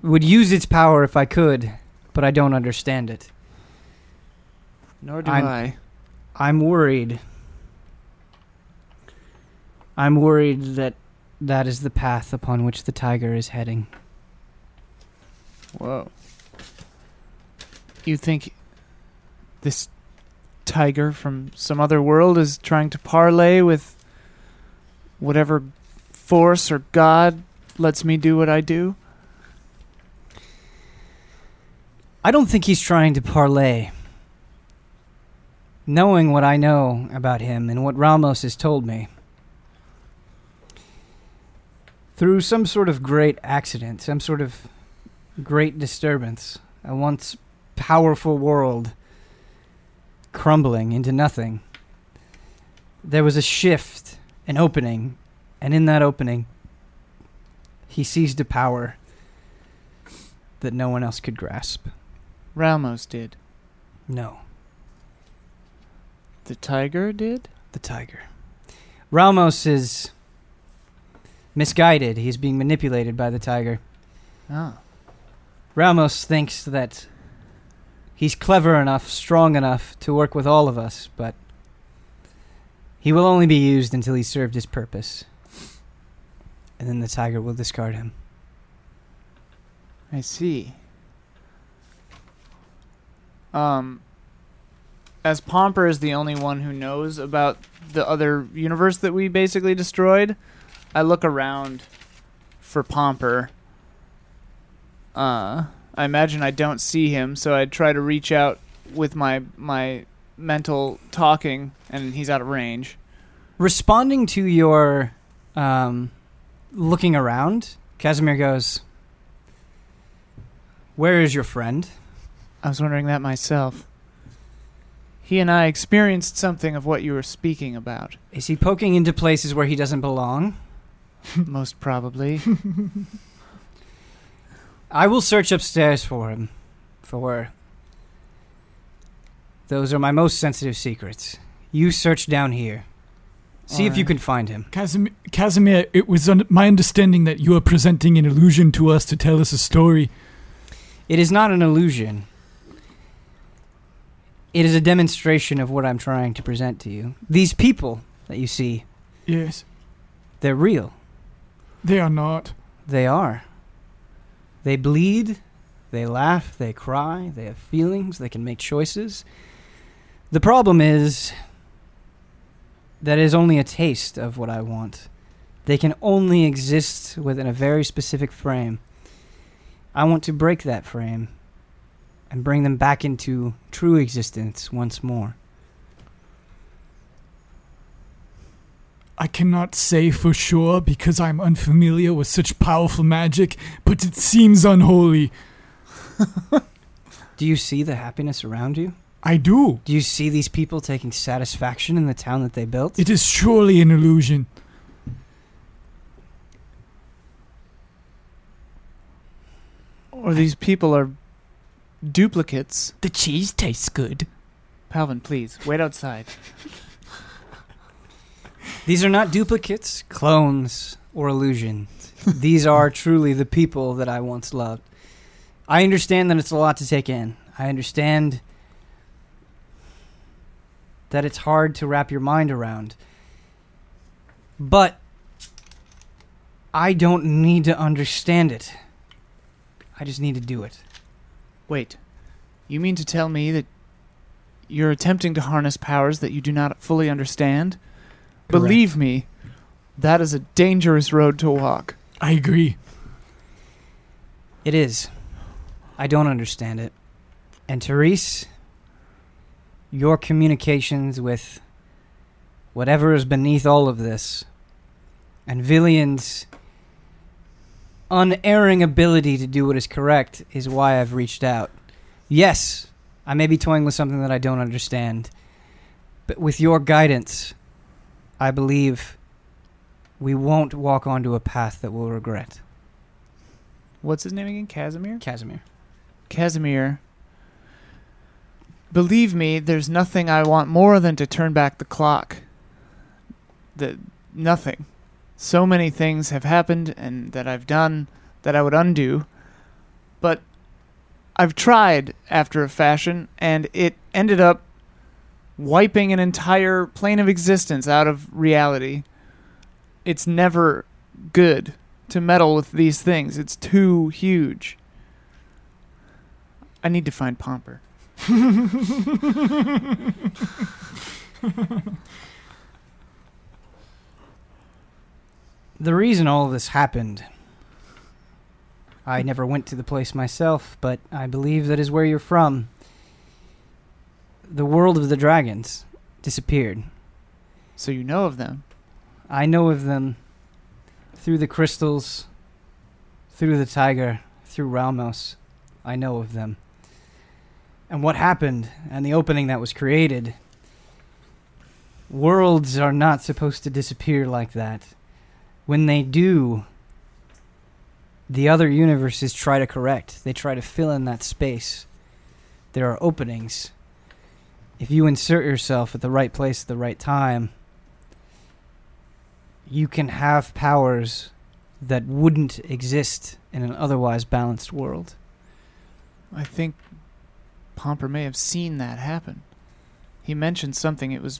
[SPEAKER 1] would use its power if I could, but I don't understand it.
[SPEAKER 4] Nor do
[SPEAKER 1] I'm-
[SPEAKER 4] I.
[SPEAKER 1] I'm worried. I'm worried that that is the path upon which the tiger is heading.
[SPEAKER 4] Whoa. You think this tiger from some other world is trying to parlay with whatever force or god lets me do what I do?
[SPEAKER 1] I don't think he's trying to parlay. Knowing what I know about him and what Ramos has told me, through some sort of great accident, some sort of great disturbance, a once powerful world crumbling into nothing, there was a shift, an opening, and in that opening, he seized a power that no one else could grasp.
[SPEAKER 4] Ramos did.
[SPEAKER 1] No,
[SPEAKER 4] The tiger did?
[SPEAKER 1] the tiger. Ramos is misguided. He's being manipulated by the tiger.
[SPEAKER 4] Oh.
[SPEAKER 1] Ramos thinks that he's clever enough, strong enough to work with all of us, but he will only be used until he's served his purpose. And then the tiger will discard him.
[SPEAKER 4] I see. Um, as Pomper is the only one who knows about the other universe that we basically destroyed, I look around for Pomper. Uh, I imagine I don't see him, so I try to reach out with my my mental talking, and he's out of range.
[SPEAKER 1] Responding to your um, looking around, Casimir goes, Where is your friend?
[SPEAKER 4] I was wondering that myself. He and I experienced something of what you were speaking about.
[SPEAKER 1] Is he poking into places where he doesn't belong?
[SPEAKER 4] Most probably.
[SPEAKER 1] I will search upstairs for him. For those are my most sensitive secrets. You search down here. See if you
[SPEAKER 4] Alright.
[SPEAKER 1] can find him.
[SPEAKER 3] Casim- Casimir, it was un- my understanding that you are presenting an illusion to us to tell us a story.
[SPEAKER 1] It is not an illusion. It is a demonstration of what I'm trying to present to you. These people that you see,
[SPEAKER 3] Yes,
[SPEAKER 1] they're real.
[SPEAKER 3] they are not.
[SPEAKER 1] They are. They bleed, they laugh, they cry, they have feelings, they can make choices. The problem is that is only a taste of what I want. They can only exist within a very specific frame. I want to break that frame and bring them back into true existence once more.
[SPEAKER 3] I cannot say for sure because I'm unfamiliar with such powerful magic, but it seems unholy.
[SPEAKER 1] Do you see the happiness around you?
[SPEAKER 3] I do.
[SPEAKER 1] Do you see these people taking satisfaction in the town that they built?
[SPEAKER 3] It is surely an illusion.
[SPEAKER 4] Or these people are duplicates.
[SPEAKER 6] The cheese tastes good.
[SPEAKER 4] Palvin, please, wait outside.
[SPEAKER 1] These are not duplicates, clones, or illusions. These are truly the people that I once loved. I understand that it's a lot to take in. I understand that it's hard to wrap your mind around. But I don't need to understand it. I just need to do it.
[SPEAKER 4] Wait. You mean to tell me that you're attempting to harness powers that you do not fully understand? Believe me, that is a dangerous road to walk.
[SPEAKER 3] I agree.
[SPEAKER 1] It is. I don't understand it. And Therese, your communications with whatever is beneath all of this, and Villian's unerring ability to do what is correct is why I've reached out. Yes, I may be toying with something that I don't understand, but with your guidance, I believe we won't walk onto a path that we'll regret.
[SPEAKER 4] What's his name again? Casimir?
[SPEAKER 1] Casimir.
[SPEAKER 4] Casimir. Believe me, there's nothing I want more than to turn back the clock. The nothing. So many things have happened and that I've done that I would undo. But I've tried after a fashion and it ended up wiping an entire plane of existence out of reality. It's never good to meddle with these things. It's too huge. I need to find Pomper.
[SPEAKER 1] The reason all this happened, I never went to the place myself, but I believe that is where you're from. The world of the dragons disappeared.
[SPEAKER 4] So you know of them.
[SPEAKER 1] I know of them through the crystals, through the tiger, through Ramos. I know of them. And what happened, and the opening that was created. Worlds are not supposed to disappear like that. When they do, the other universes try to correct, they try to fill in that space. There are openings. If you insert yourself at the right place at the right time, you can have powers that wouldn't exist in an otherwise balanced world.
[SPEAKER 4] I think Pomper may have seen that happen. He mentioned something. It was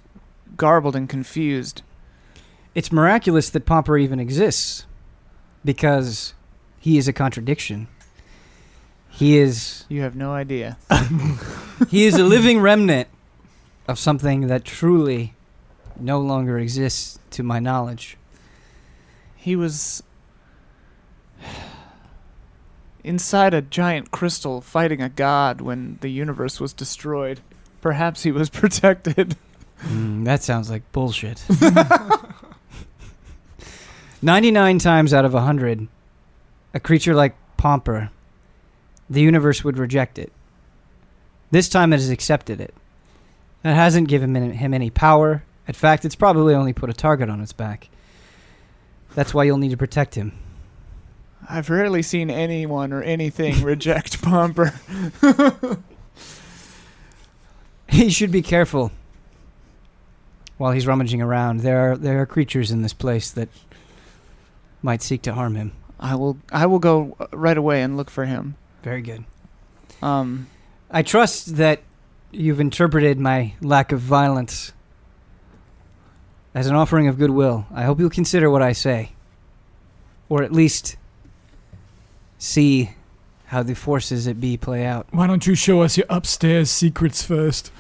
[SPEAKER 4] garbled and confused.
[SPEAKER 1] It's miraculous that Pomper even exists because he is a contradiction. He is
[SPEAKER 4] You have no idea.
[SPEAKER 1] he is a living remnant of something that truly no longer exists to my knowledge.
[SPEAKER 4] He was inside a giant crystal fighting a god when the universe was destroyed. Perhaps he was protected.
[SPEAKER 1] Mm, that sounds like bullshit. 99 times out of 100, a creature like Pomper, the universe would reject it. This time it has accepted it. That hasn't given him him any power. In fact, it's probably only put a target on its back. That's why you'll need to protect him.
[SPEAKER 4] I've rarely seen anyone or anything reject Pomper.
[SPEAKER 1] He should be careful while he's rummaging around. There are, there are creatures in this place that might seek to harm him.
[SPEAKER 4] I will I will go uh, right away and look for him.
[SPEAKER 1] Very good.
[SPEAKER 4] Um
[SPEAKER 1] I trust that you've interpreted my lack of violence as an offering of goodwill. I hope you'll consider what I say, or at least see how the forces at B play out.
[SPEAKER 3] Why don't you show us your upstairs secrets first?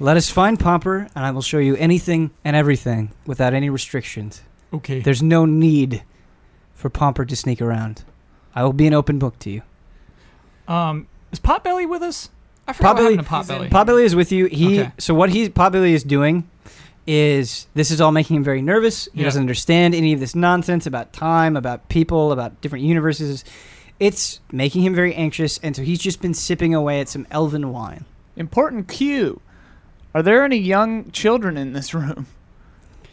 [SPEAKER 1] Let us find Pomper, and I will show you anything and everything without any restrictions.
[SPEAKER 3] Okay.
[SPEAKER 1] There's no need for Pomper to sneak around. I will be an open book to you.
[SPEAKER 3] um, is Potbelly with us? I forgot
[SPEAKER 1] Potbelly-
[SPEAKER 3] what happened to Potbelly.
[SPEAKER 1] Potbelly is with you. He
[SPEAKER 3] Okay.
[SPEAKER 1] so what he Potbelly is doing is this is all making him very nervous. He
[SPEAKER 3] Yeah.
[SPEAKER 1] doesn't understand any of this nonsense about time, about people, about different universes. It's making him very anxious, and so he's just been sipping away at some elven wine.
[SPEAKER 4] important cue. Are there any young children in this room?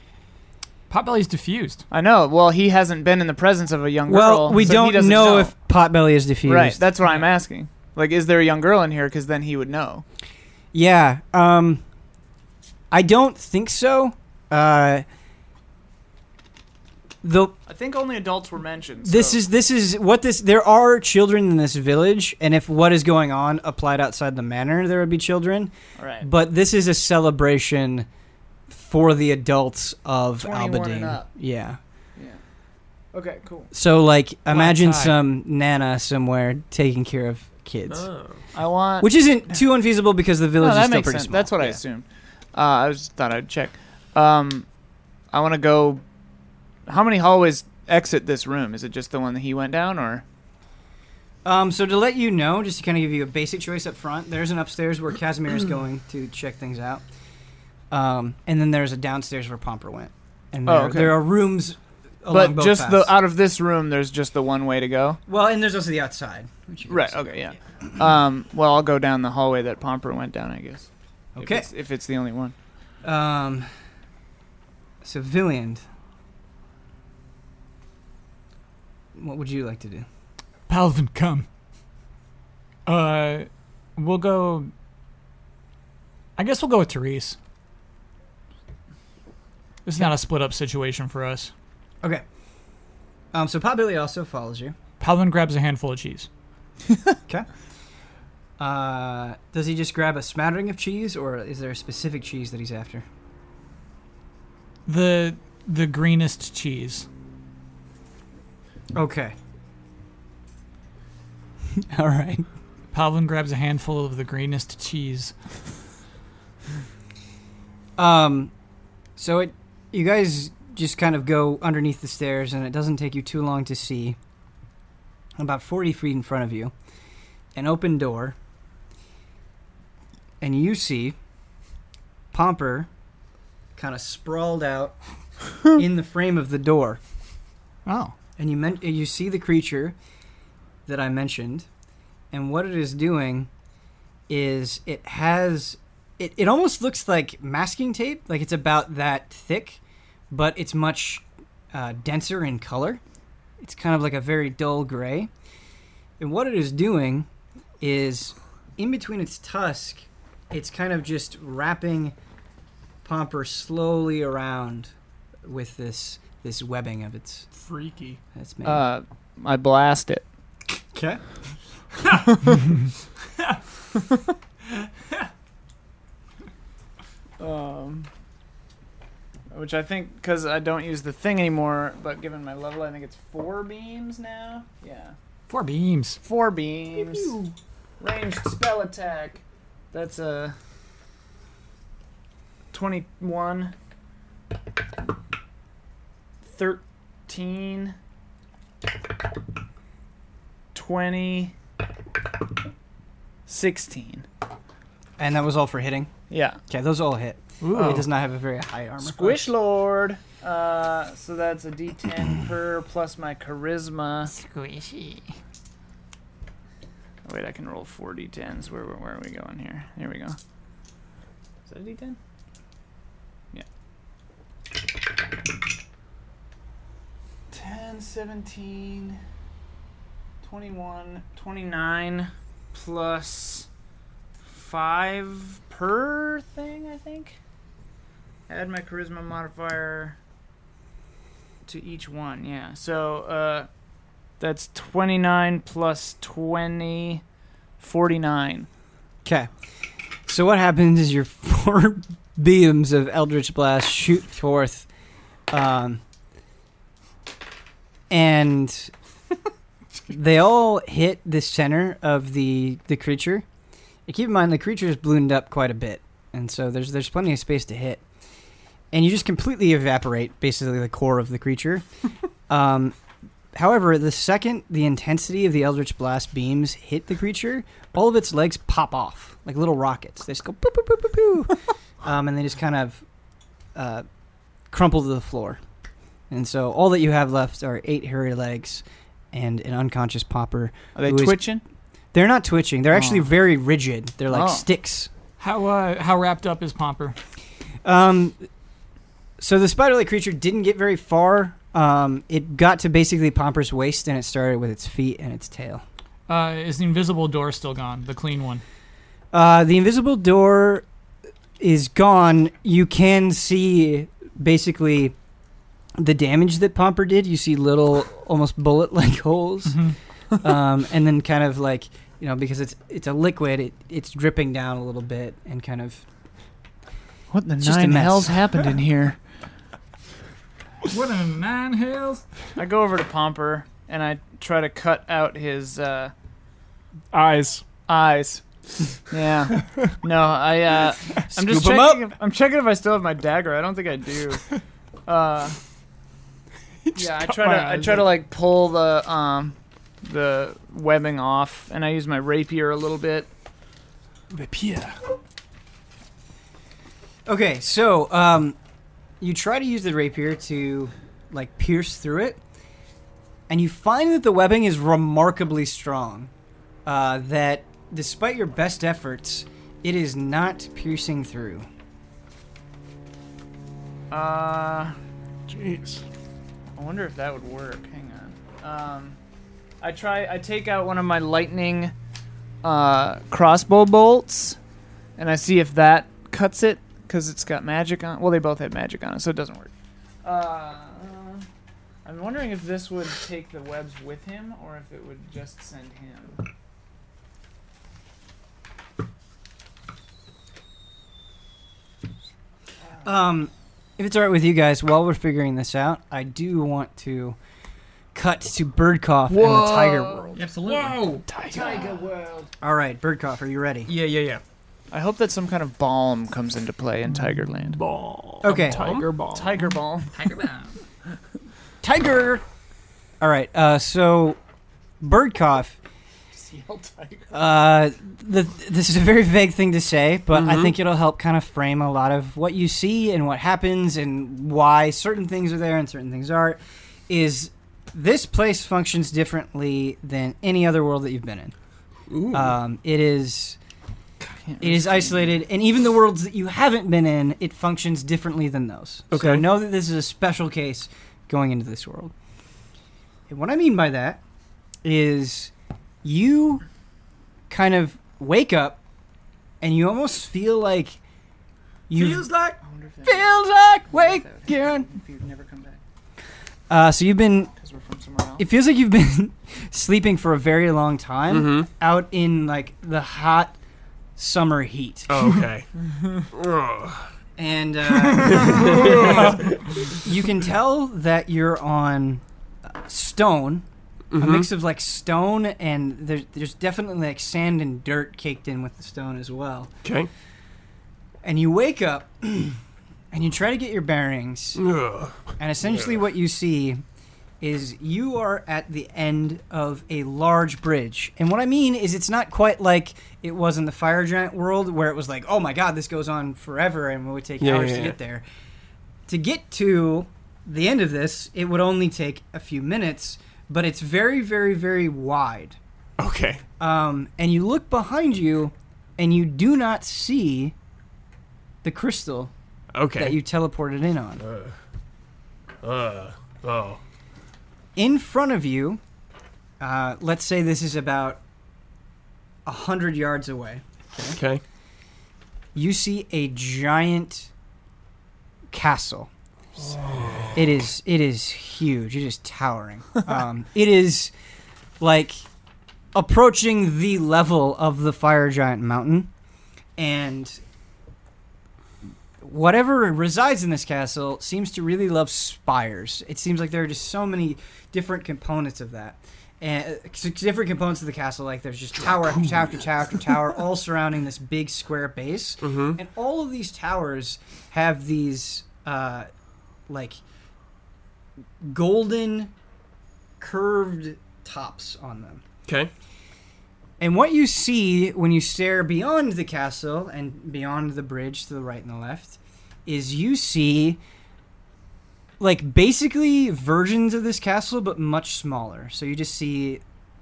[SPEAKER 6] Potbelly's diffused.
[SPEAKER 4] I know. Well, he hasn't been in the presence of a young girl.
[SPEAKER 1] well, we
[SPEAKER 4] so he
[SPEAKER 1] don't know,
[SPEAKER 4] doesn't know
[SPEAKER 1] if Potbelly is diffused.
[SPEAKER 4] Right, that's what I'm asking. Like, is there a young girl in here? Because then he would know.
[SPEAKER 1] Yeah. Um, I don't think so. Uh, the
[SPEAKER 4] I think only adults were mentioned.
[SPEAKER 1] This is this is what this. There are children in this village, and if what is going on applied outside the manor, there would be children.
[SPEAKER 4] all right.
[SPEAKER 1] But this is a celebration for the adults of
[SPEAKER 4] 21
[SPEAKER 1] Albedine.
[SPEAKER 4] and up.
[SPEAKER 1] Yeah.
[SPEAKER 4] Okay, cool.
[SPEAKER 1] So like, imagine
[SPEAKER 6] tie.
[SPEAKER 1] some nana somewhere taking care of kids,
[SPEAKER 5] Oh.
[SPEAKER 4] I want.
[SPEAKER 1] which isn't too unfeasible because the village
[SPEAKER 4] no,
[SPEAKER 1] is
[SPEAKER 4] that
[SPEAKER 1] still
[SPEAKER 4] makes
[SPEAKER 1] pretty
[SPEAKER 4] sense.
[SPEAKER 1] small.
[SPEAKER 4] That's what I assumed. Uh, I just thought I'd check. Um, I want to go. How many hallways exit this room? Is it just the one that he went down, or
[SPEAKER 1] Um, so to let you know, just to kind of give you a basic choice up front, there's an upstairs where Casimir
[SPEAKER 4] Mm.
[SPEAKER 1] is going to check things out, um, and then there's a downstairs where Pomper went, and
[SPEAKER 4] Oh,
[SPEAKER 1] there,
[SPEAKER 4] okay.
[SPEAKER 1] there are rooms. Along
[SPEAKER 4] but
[SPEAKER 1] both
[SPEAKER 4] just
[SPEAKER 1] paths.
[SPEAKER 4] the out of this room? There's just the one way to go.
[SPEAKER 1] well, and there's also the outside. Which you
[SPEAKER 4] Right.
[SPEAKER 1] guys-
[SPEAKER 4] Okay. Yeah. Um. Well, I'll go down the hallway that Pomper went down. I guess. If
[SPEAKER 1] Okay.
[SPEAKER 4] it's- if it's the only one.
[SPEAKER 1] Um, so Villiand, what would you like to do?
[SPEAKER 3] Palvin, come. Uh, we'll go. I guess we'll go with Therese. This is not a split up situation for us.
[SPEAKER 1] Okay. Um, so Potbilly also follows you.
[SPEAKER 3] Palvin grabs a handful of cheese.
[SPEAKER 1] Uh, does he just grab a smattering of cheese, or is there a specific cheese that he's after?
[SPEAKER 3] The the greenest cheese.
[SPEAKER 1] Okay. All right.
[SPEAKER 3] Palvin grabs a handful of the greenest cheese.
[SPEAKER 1] Um, so it, you guys just kind of go underneath the stairs, and it doesn't take you too long to see, about forty feet in front of you, an open door, and you see Pomper, kind of sprawled out in the frame of the door,
[SPEAKER 3] Oh.
[SPEAKER 1] and you men- you see the creature that I mentioned, and what it is doing is it has it, it almost looks like masking tape, like it's about that thick, but it's much uh, denser in color. It's kind of like a very dull gray, and what it is doing is in between its tusk, it's kind of just wrapping Pomper slowly around with this this webbing of its
[SPEAKER 5] Freaky.
[SPEAKER 1] that's made.
[SPEAKER 4] Uh, I blast it.
[SPEAKER 1] Okay.
[SPEAKER 4] Um, which I think, because I don't use the thing anymore, but given my level, I think it's four beams now. Yeah.
[SPEAKER 3] Four beams.
[SPEAKER 4] Four beams. Ranged spell attack. That's a 21. 13. 20. 16.
[SPEAKER 1] And that was all for hitting.
[SPEAKER 4] Yeah.
[SPEAKER 1] Okay, those all hit.
[SPEAKER 3] Ooh.
[SPEAKER 5] Oh.
[SPEAKER 1] It does not have a very high armor.
[SPEAKER 4] Squish Lord. Uh, so that's a D10 per plus my charisma.
[SPEAKER 3] Squishy.
[SPEAKER 4] Wait, I can roll four D10s. Where, where, where are we going here? Here we go. Is that a D10? Yeah. 10, 17, 21, 29 plus 5 per thing, I think. Add my charisma modifier to each one, yeah. So, uh, that's 29 plus 20, 49.
[SPEAKER 1] Okay. So what happens is your four beams of Eldritch Blast shoot forth, um, and they all hit the center of the the creature. And keep in mind the creature is ballooned up quite a bit, and so there's there's plenty of space to hit. And you just completely evaporate basically the core of the creature. um, however, the second the intensity of the Eldritch Blast beams hit the creature, all of its legs pop off like little rockets. They just go poo poo poo poo poo, um, and they just kind of uh, crumple to the floor. And so all that you have left are eight hairy legs and an unconscious popper.
[SPEAKER 4] Are they
[SPEAKER 1] Who is-
[SPEAKER 4] twitching?
[SPEAKER 1] They're not twitching. They're actually
[SPEAKER 4] Oh.
[SPEAKER 1] very rigid. They're like
[SPEAKER 4] Oh.
[SPEAKER 1] sticks.
[SPEAKER 3] How uh, how wrapped up is Pomper?
[SPEAKER 1] Um, so the spider-like creature didn't get very far. Um, it got to basically Pomper's waist, and it started with its feet and its tail.
[SPEAKER 3] Uh, is the invisible door still gone? The clean one.
[SPEAKER 1] Uh, the invisible door is gone. You can see basically the damage that Pomper did. You see little, almost bullet-like holes,
[SPEAKER 3] Mm-hmm.
[SPEAKER 1] um, and then kind of like you know because it's it's a liquid, it, it's dripping down a little bit and kind of
[SPEAKER 4] What in the
[SPEAKER 1] It's just a
[SPEAKER 4] nine
[SPEAKER 1] mess.
[SPEAKER 4] hell's happened in here?
[SPEAKER 3] What in nine hells?
[SPEAKER 4] I go over to Pomper and I try to cut out his uh,
[SPEAKER 2] Eyes.
[SPEAKER 4] eyes. Yeah. No, I. Uh, I'm just
[SPEAKER 1] Scoop 'em
[SPEAKER 4] checking. If, I'm checking if I still have my dagger. I don't think I do. Uh, yeah, I
[SPEAKER 2] cut
[SPEAKER 4] try
[SPEAKER 2] my
[SPEAKER 4] to. I
[SPEAKER 2] eyes
[SPEAKER 4] try to
[SPEAKER 2] out.
[SPEAKER 4] like pull the um, the webbing off, and I use my rapier a little bit.
[SPEAKER 3] Rapier.
[SPEAKER 1] Okay, so um, you try to use the rapier to like pierce through it, and you find that the webbing is remarkably strong. Uh, that despite your best efforts, it is not piercing through.
[SPEAKER 4] Uh,
[SPEAKER 2] Jeez.
[SPEAKER 4] I wonder if that would work. Hang on. Um, I try. I take out one of my lightning uh, crossbow bolts, and I see if that cuts it because it's got magic on. Well, they both have magic on it, so it doesn't work. Uh, I'm wondering if this would take the webs with him, or if it would just send him.
[SPEAKER 1] Um, if it's all right with you guys, while we're figuring this out, I do want to cut to Birdcough and the Tiger World.
[SPEAKER 6] Absolutely.
[SPEAKER 5] Whoa!
[SPEAKER 1] All right, Birdcough, are you ready?
[SPEAKER 5] Yeah, yeah, yeah.
[SPEAKER 4] I hope that some kind of balm comes into play in Tigerland.
[SPEAKER 2] Ball.
[SPEAKER 1] Okay.
[SPEAKER 2] Tiger ball.
[SPEAKER 4] Tiger balm.
[SPEAKER 6] Tiger Bomb.
[SPEAKER 1] Tiger. All right. Uh, so, Birdcough. Uh, the, this is a very vague thing to say, but I think it'll help kind of frame a lot of what you see and what happens and why certain things are there and certain things aren't. Is this place functions differently than any other world that you've been in?
[SPEAKER 5] Ooh.
[SPEAKER 1] Um, it is. It is isolated, and even the worlds that you haven't been in, it functions differently than those. So
[SPEAKER 5] Okay.
[SPEAKER 1] know that this is a special case going into this world. And what I mean by that is you kind of wake up and you almost feel like you
[SPEAKER 5] Feels like
[SPEAKER 4] I wonder if that-
[SPEAKER 1] feels like
[SPEAKER 4] that would
[SPEAKER 1] waking.
[SPEAKER 4] happen if you'd never come back
[SPEAKER 1] Uh, so you've been.
[SPEAKER 4] 'cause we're from somewhere else.
[SPEAKER 1] It feels like you've been sleeping for a very long time
[SPEAKER 5] Mhm.
[SPEAKER 1] out in like the hot summer heat.
[SPEAKER 5] Oh, okay. Mm-hmm. Ugh.
[SPEAKER 1] and uh, you can tell that you're on uh, stone, a
[SPEAKER 5] Mm-hmm.
[SPEAKER 1] mix of like stone and there's there's definitely like sand and dirt caked in with the stone as well.
[SPEAKER 5] Okay.
[SPEAKER 1] And you wake up and you try to get your bearings,
[SPEAKER 5] Ugh.
[SPEAKER 1] and essentially what you see is you are at the end of a large bridge. And what I mean is it's not quite like it was in the fire giant world where it was like, "Oh my god, this goes on forever and it would take
[SPEAKER 5] Yeah,
[SPEAKER 1] hours
[SPEAKER 5] yeah,
[SPEAKER 1] to
[SPEAKER 5] yeah.
[SPEAKER 1] get there." To get to the end of this, it would only take a few minutes, but it's very very very wide.
[SPEAKER 5] Okay.
[SPEAKER 1] Um, and you look behind you and you do not see the crystal that
[SPEAKER 5] Okay.
[SPEAKER 1] you teleported in on.
[SPEAKER 5] Ugh. Oh.
[SPEAKER 1] in front of you, uh, let's say this is about a hundred yards away,
[SPEAKER 5] Okay.
[SPEAKER 1] you see a giant castle. It is it is huge. It is towering. Um, it is like approaching the level of the fire giant mountain, and whatever resides in this castle seems to really love spires. It seems like there are just so many different components of that. And uh, s- different components of the castle, like there's just tower after tower after tower after tower, all surrounding this big square base. And all of these towers have these, uh, like, golden curved tops on them.
[SPEAKER 5] Okay.
[SPEAKER 1] And what you see when you stare beyond the castle and beyond the bridge to the right and the left is you see like basically versions of this castle but much smaller. So you just see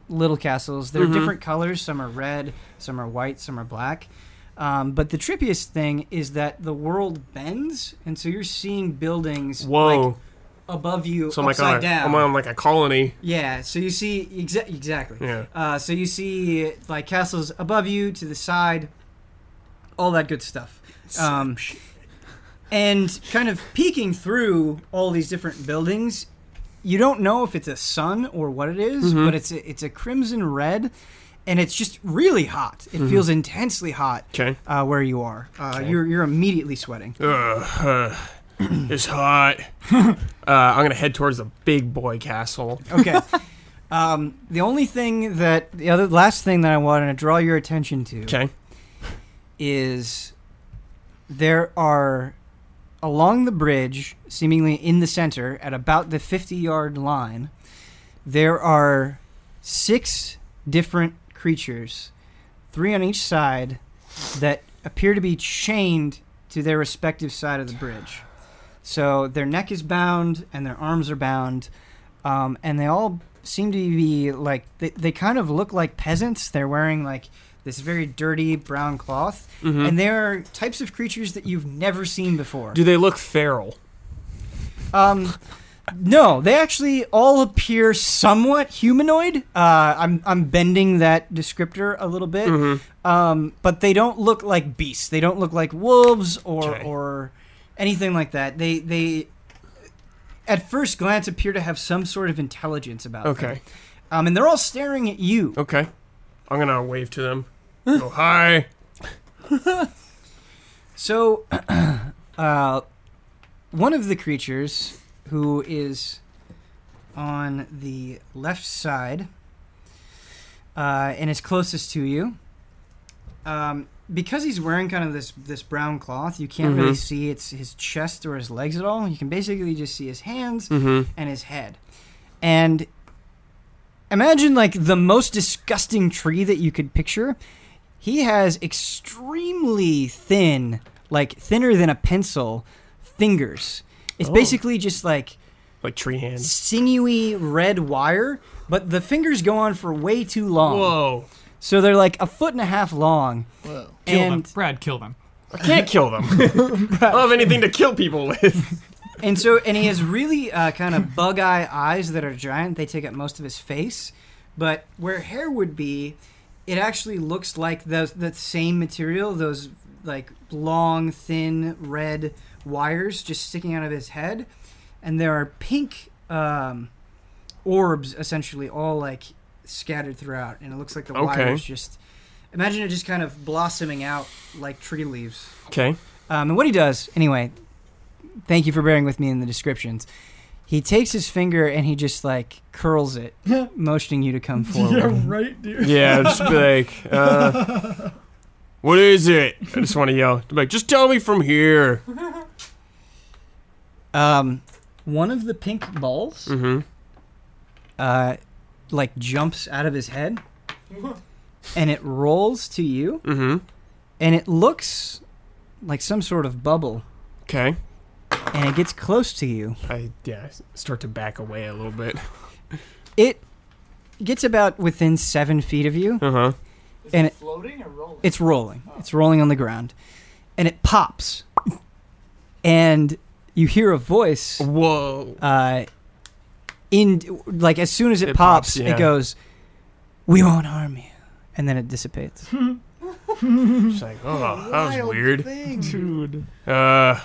[SPEAKER 1] little castles.
[SPEAKER 5] Mm-hmm.
[SPEAKER 1] They're different colors. Some are red, some are white, some are black. Um, but the trippiest thing is that the world bends, and so you're seeing buildings
[SPEAKER 5] Whoa.
[SPEAKER 1] like above you
[SPEAKER 5] so I'm like
[SPEAKER 1] upside
[SPEAKER 5] on a,
[SPEAKER 1] down.
[SPEAKER 5] I'm on like a colony.
[SPEAKER 1] Yeah, so you see exa- exactly.
[SPEAKER 5] Yeah.
[SPEAKER 1] Uh, so you see like castles above you, to the side, all that good stuff. Um, and kind of peeking through all these different buildings, you don't know if it's a sun or what it is, but it's a, it's a crimson red, and it's just really hot. It feels intensely hot
[SPEAKER 5] Okay.
[SPEAKER 1] uh, where you are. Uh, you're you're immediately sweating.
[SPEAKER 5] Ugh. Uh, it's hot. uh, I'm gonna head towards the big boy castle.
[SPEAKER 1] Okay. um, the only thing that the other last thing that I wanted to draw your attention to.
[SPEAKER 5] Okay.
[SPEAKER 1] is there are along the bridge, seemingly in the center, at about the 50 yard line, there are six different creatures, three on each side, that appear to be chained to their respective side of the bridge. So their neck is bound and their arms are bound, um, and they all seem to be like they, they kind of look like peasants. They're wearing like this very dirty brown cloth, and they are types of creatures that you've never seen before.
[SPEAKER 5] Mm-hmm. Do they look feral?
[SPEAKER 1] Um, no, they actually all appear somewhat humanoid. Uh, I'm I'm bending that descriptor a little bit,
[SPEAKER 5] Mm. Mm-hmm.
[SPEAKER 1] um, but they don't look like beasts. They don't look like wolves or
[SPEAKER 5] Okay.
[SPEAKER 1] or anything like that. They they at first glance appear to have some sort of intelligence about them.
[SPEAKER 5] Okay.
[SPEAKER 1] Um, and they're all staring at you.
[SPEAKER 5] Okay. I'm gonna wave to them. Go hi.
[SPEAKER 1] So, uh, one of the creatures who is on the left side uh, and is closest to you. Um, because he's wearing kind of this this brown cloth, you can't really
[SPEAKER 5] Mhm.
[SPEAKER 1] see it's his chest or his legs at all. You can basically just see his hands
[SPEAKER 5] Mm-hmm.
[SPEAKER 1] and his head. And imagine like the most disgusting tree that you could picture. He has extremely thin, like thinner than a pencil, fingers. It's
[SPEAKER 5] Oh.
[SPEAKER 1] basically just like
[SPEAKER 5] Like tree hands.
[SPEAKER 1] sinewy red wire, but the fingers go on for way too long.
[SPEAKER 5] Whoa.
[SPEAKER 1] So they're like a foot and a half long.
[SPEAKER 4] Whoa.
[SPEAKER 3] Kill
[SPEAKER 1] and
[SPEAKER 3] them. Brad, kill them.
[SPEAKER 5] I can't kill them. I don't have anything to kill people with.
[SPEAKER 1] and so and he has really uh, kind of bug eye eyes that are giant. They take up most of his face, but where hair would be, it actually looks like those the same material. Those like long, thin red wires just sticking out of his head, and there are pink um, orbs essentially all like scattered throughout, and it looks like the
[SPEAKER 5] Okay.
[SPEAKER 1] wires just. Imagine it just kind of blossoming out like tree leaves.
[SPEAKER 5] Okay.
[SPEAKER 1] Um, and what he does, anyway, thank you for bearing with me in the descriptions. He takes his finger and he just like curls it, motioning you to come forward.
[SPEAKER 3] right, dude.
[SPEAKER 5] Yeah, just be like, uh, what is it? I just want to yell. Be like, just tell me from here.
[SPEAKER 1] Um, one of the pink balls
[SPEAKER 5] Mm-hmm.
[SPEAKER 1] uh, like jumps out of his head and it rolls to you
[SPEAKER 5] Mm-hmm.
[SPEAKER 1] and it looks like some sort of bubble
[SPEAKER 5] Okay.
[SPEAKER 1] and it gets close to you.
[SPEAKER 5] I yeah s- start to back away a little bit.
[SPEAKER 1] It gets about within seven feet of you
[SPEAKER 5] Uh huh.
[SPEAKER 4] Is
[SPEAKER 1] And
[SPEAKER 4] it
[SPEAKER 1] it-
[SPEAKER 4] floating or rolling?
[SPEAKER 1] It's rolling. It's rolling on the ground. And it pops. And you hear a voice
[SPEAKER 5] Whoa.
[SPEAKER 1] uh in like as soon as it,
[SPEAKER 5] It
[SPEAKER 1] pops,
[SPEAKER 5] pops, yeah.
[SPEAKER 1] it goes, We won't harm you. And then it dissipates.
[SPEAKER 5] Just like, oh, that was weird.
[SPEAKER 2] Dude.
[SPEAKER 5] Uh.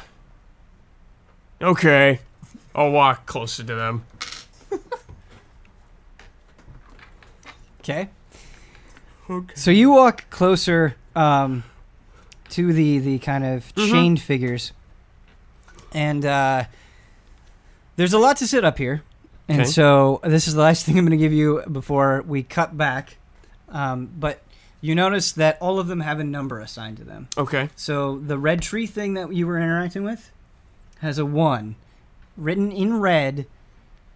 [SPEAKER 5] Okay. I'll walk closer to them.
[SPEAKER 1] Okay.
[SPEAKER 5] Okay.
[SPEAKER 1] So you walk closer um to the the kind of
[SPEAKER 5] Mhm.
[SPEAKER 1] chained figures. And uh there's a lot to sit up here. And
[SPEAKER 5] Okay.
[SPEAKER 1] so this is the last thing I'm going to give you before we cut back. Um, but you notice that all of them have a number assigned to them.
[SPEAKER 5] Okay.
[SPEAKER 1] So the red tree thing that you were interacting with has a one written in red,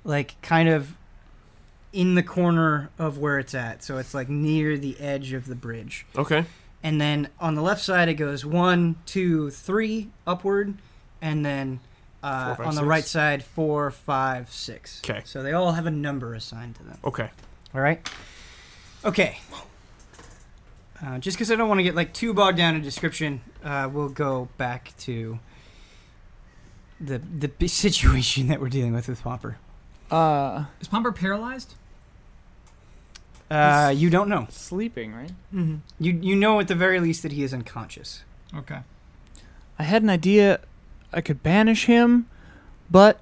[SPEAKER 1] like kind of in the corner of where it's at. So it's like near the edge of the bridge.
[SPEAKER 5] Okay.
[SPEAKER 1] And then on the left side, it goes one, two, three upward, and then uh,
[SPEAKER 5] Four, five,
[SPEAKER 1] on the
[SPEAKER 5] six.
[SPEAKER 1] right side, four, five, six.
[SPEAKER 5] 'Kay.
[SPEAKER 1] So they all have a number assigned to them.
[SPEAKER 5] Okay.
[SPEAKER 1] All right. Okay. Uh, just because I don't want to get like too bogged down in description, uh, we'll go back to the the b- situation that we're dealing with with Pomper.
[SPEAKER 4] Uh,
[SPEAKER 3] Is Pomper paralyzed?
[SPEAKER 1] Uh, you don't know.
[SPEAKER 4] sleeping, right?
[SPEAKER 3] Mm-hmm.
[SPEAKER 1] You you know at the very least that he is unconscious.
[SPEAKER 3] Okay.
[SPEAKER 4] I had an idea I could banish him, but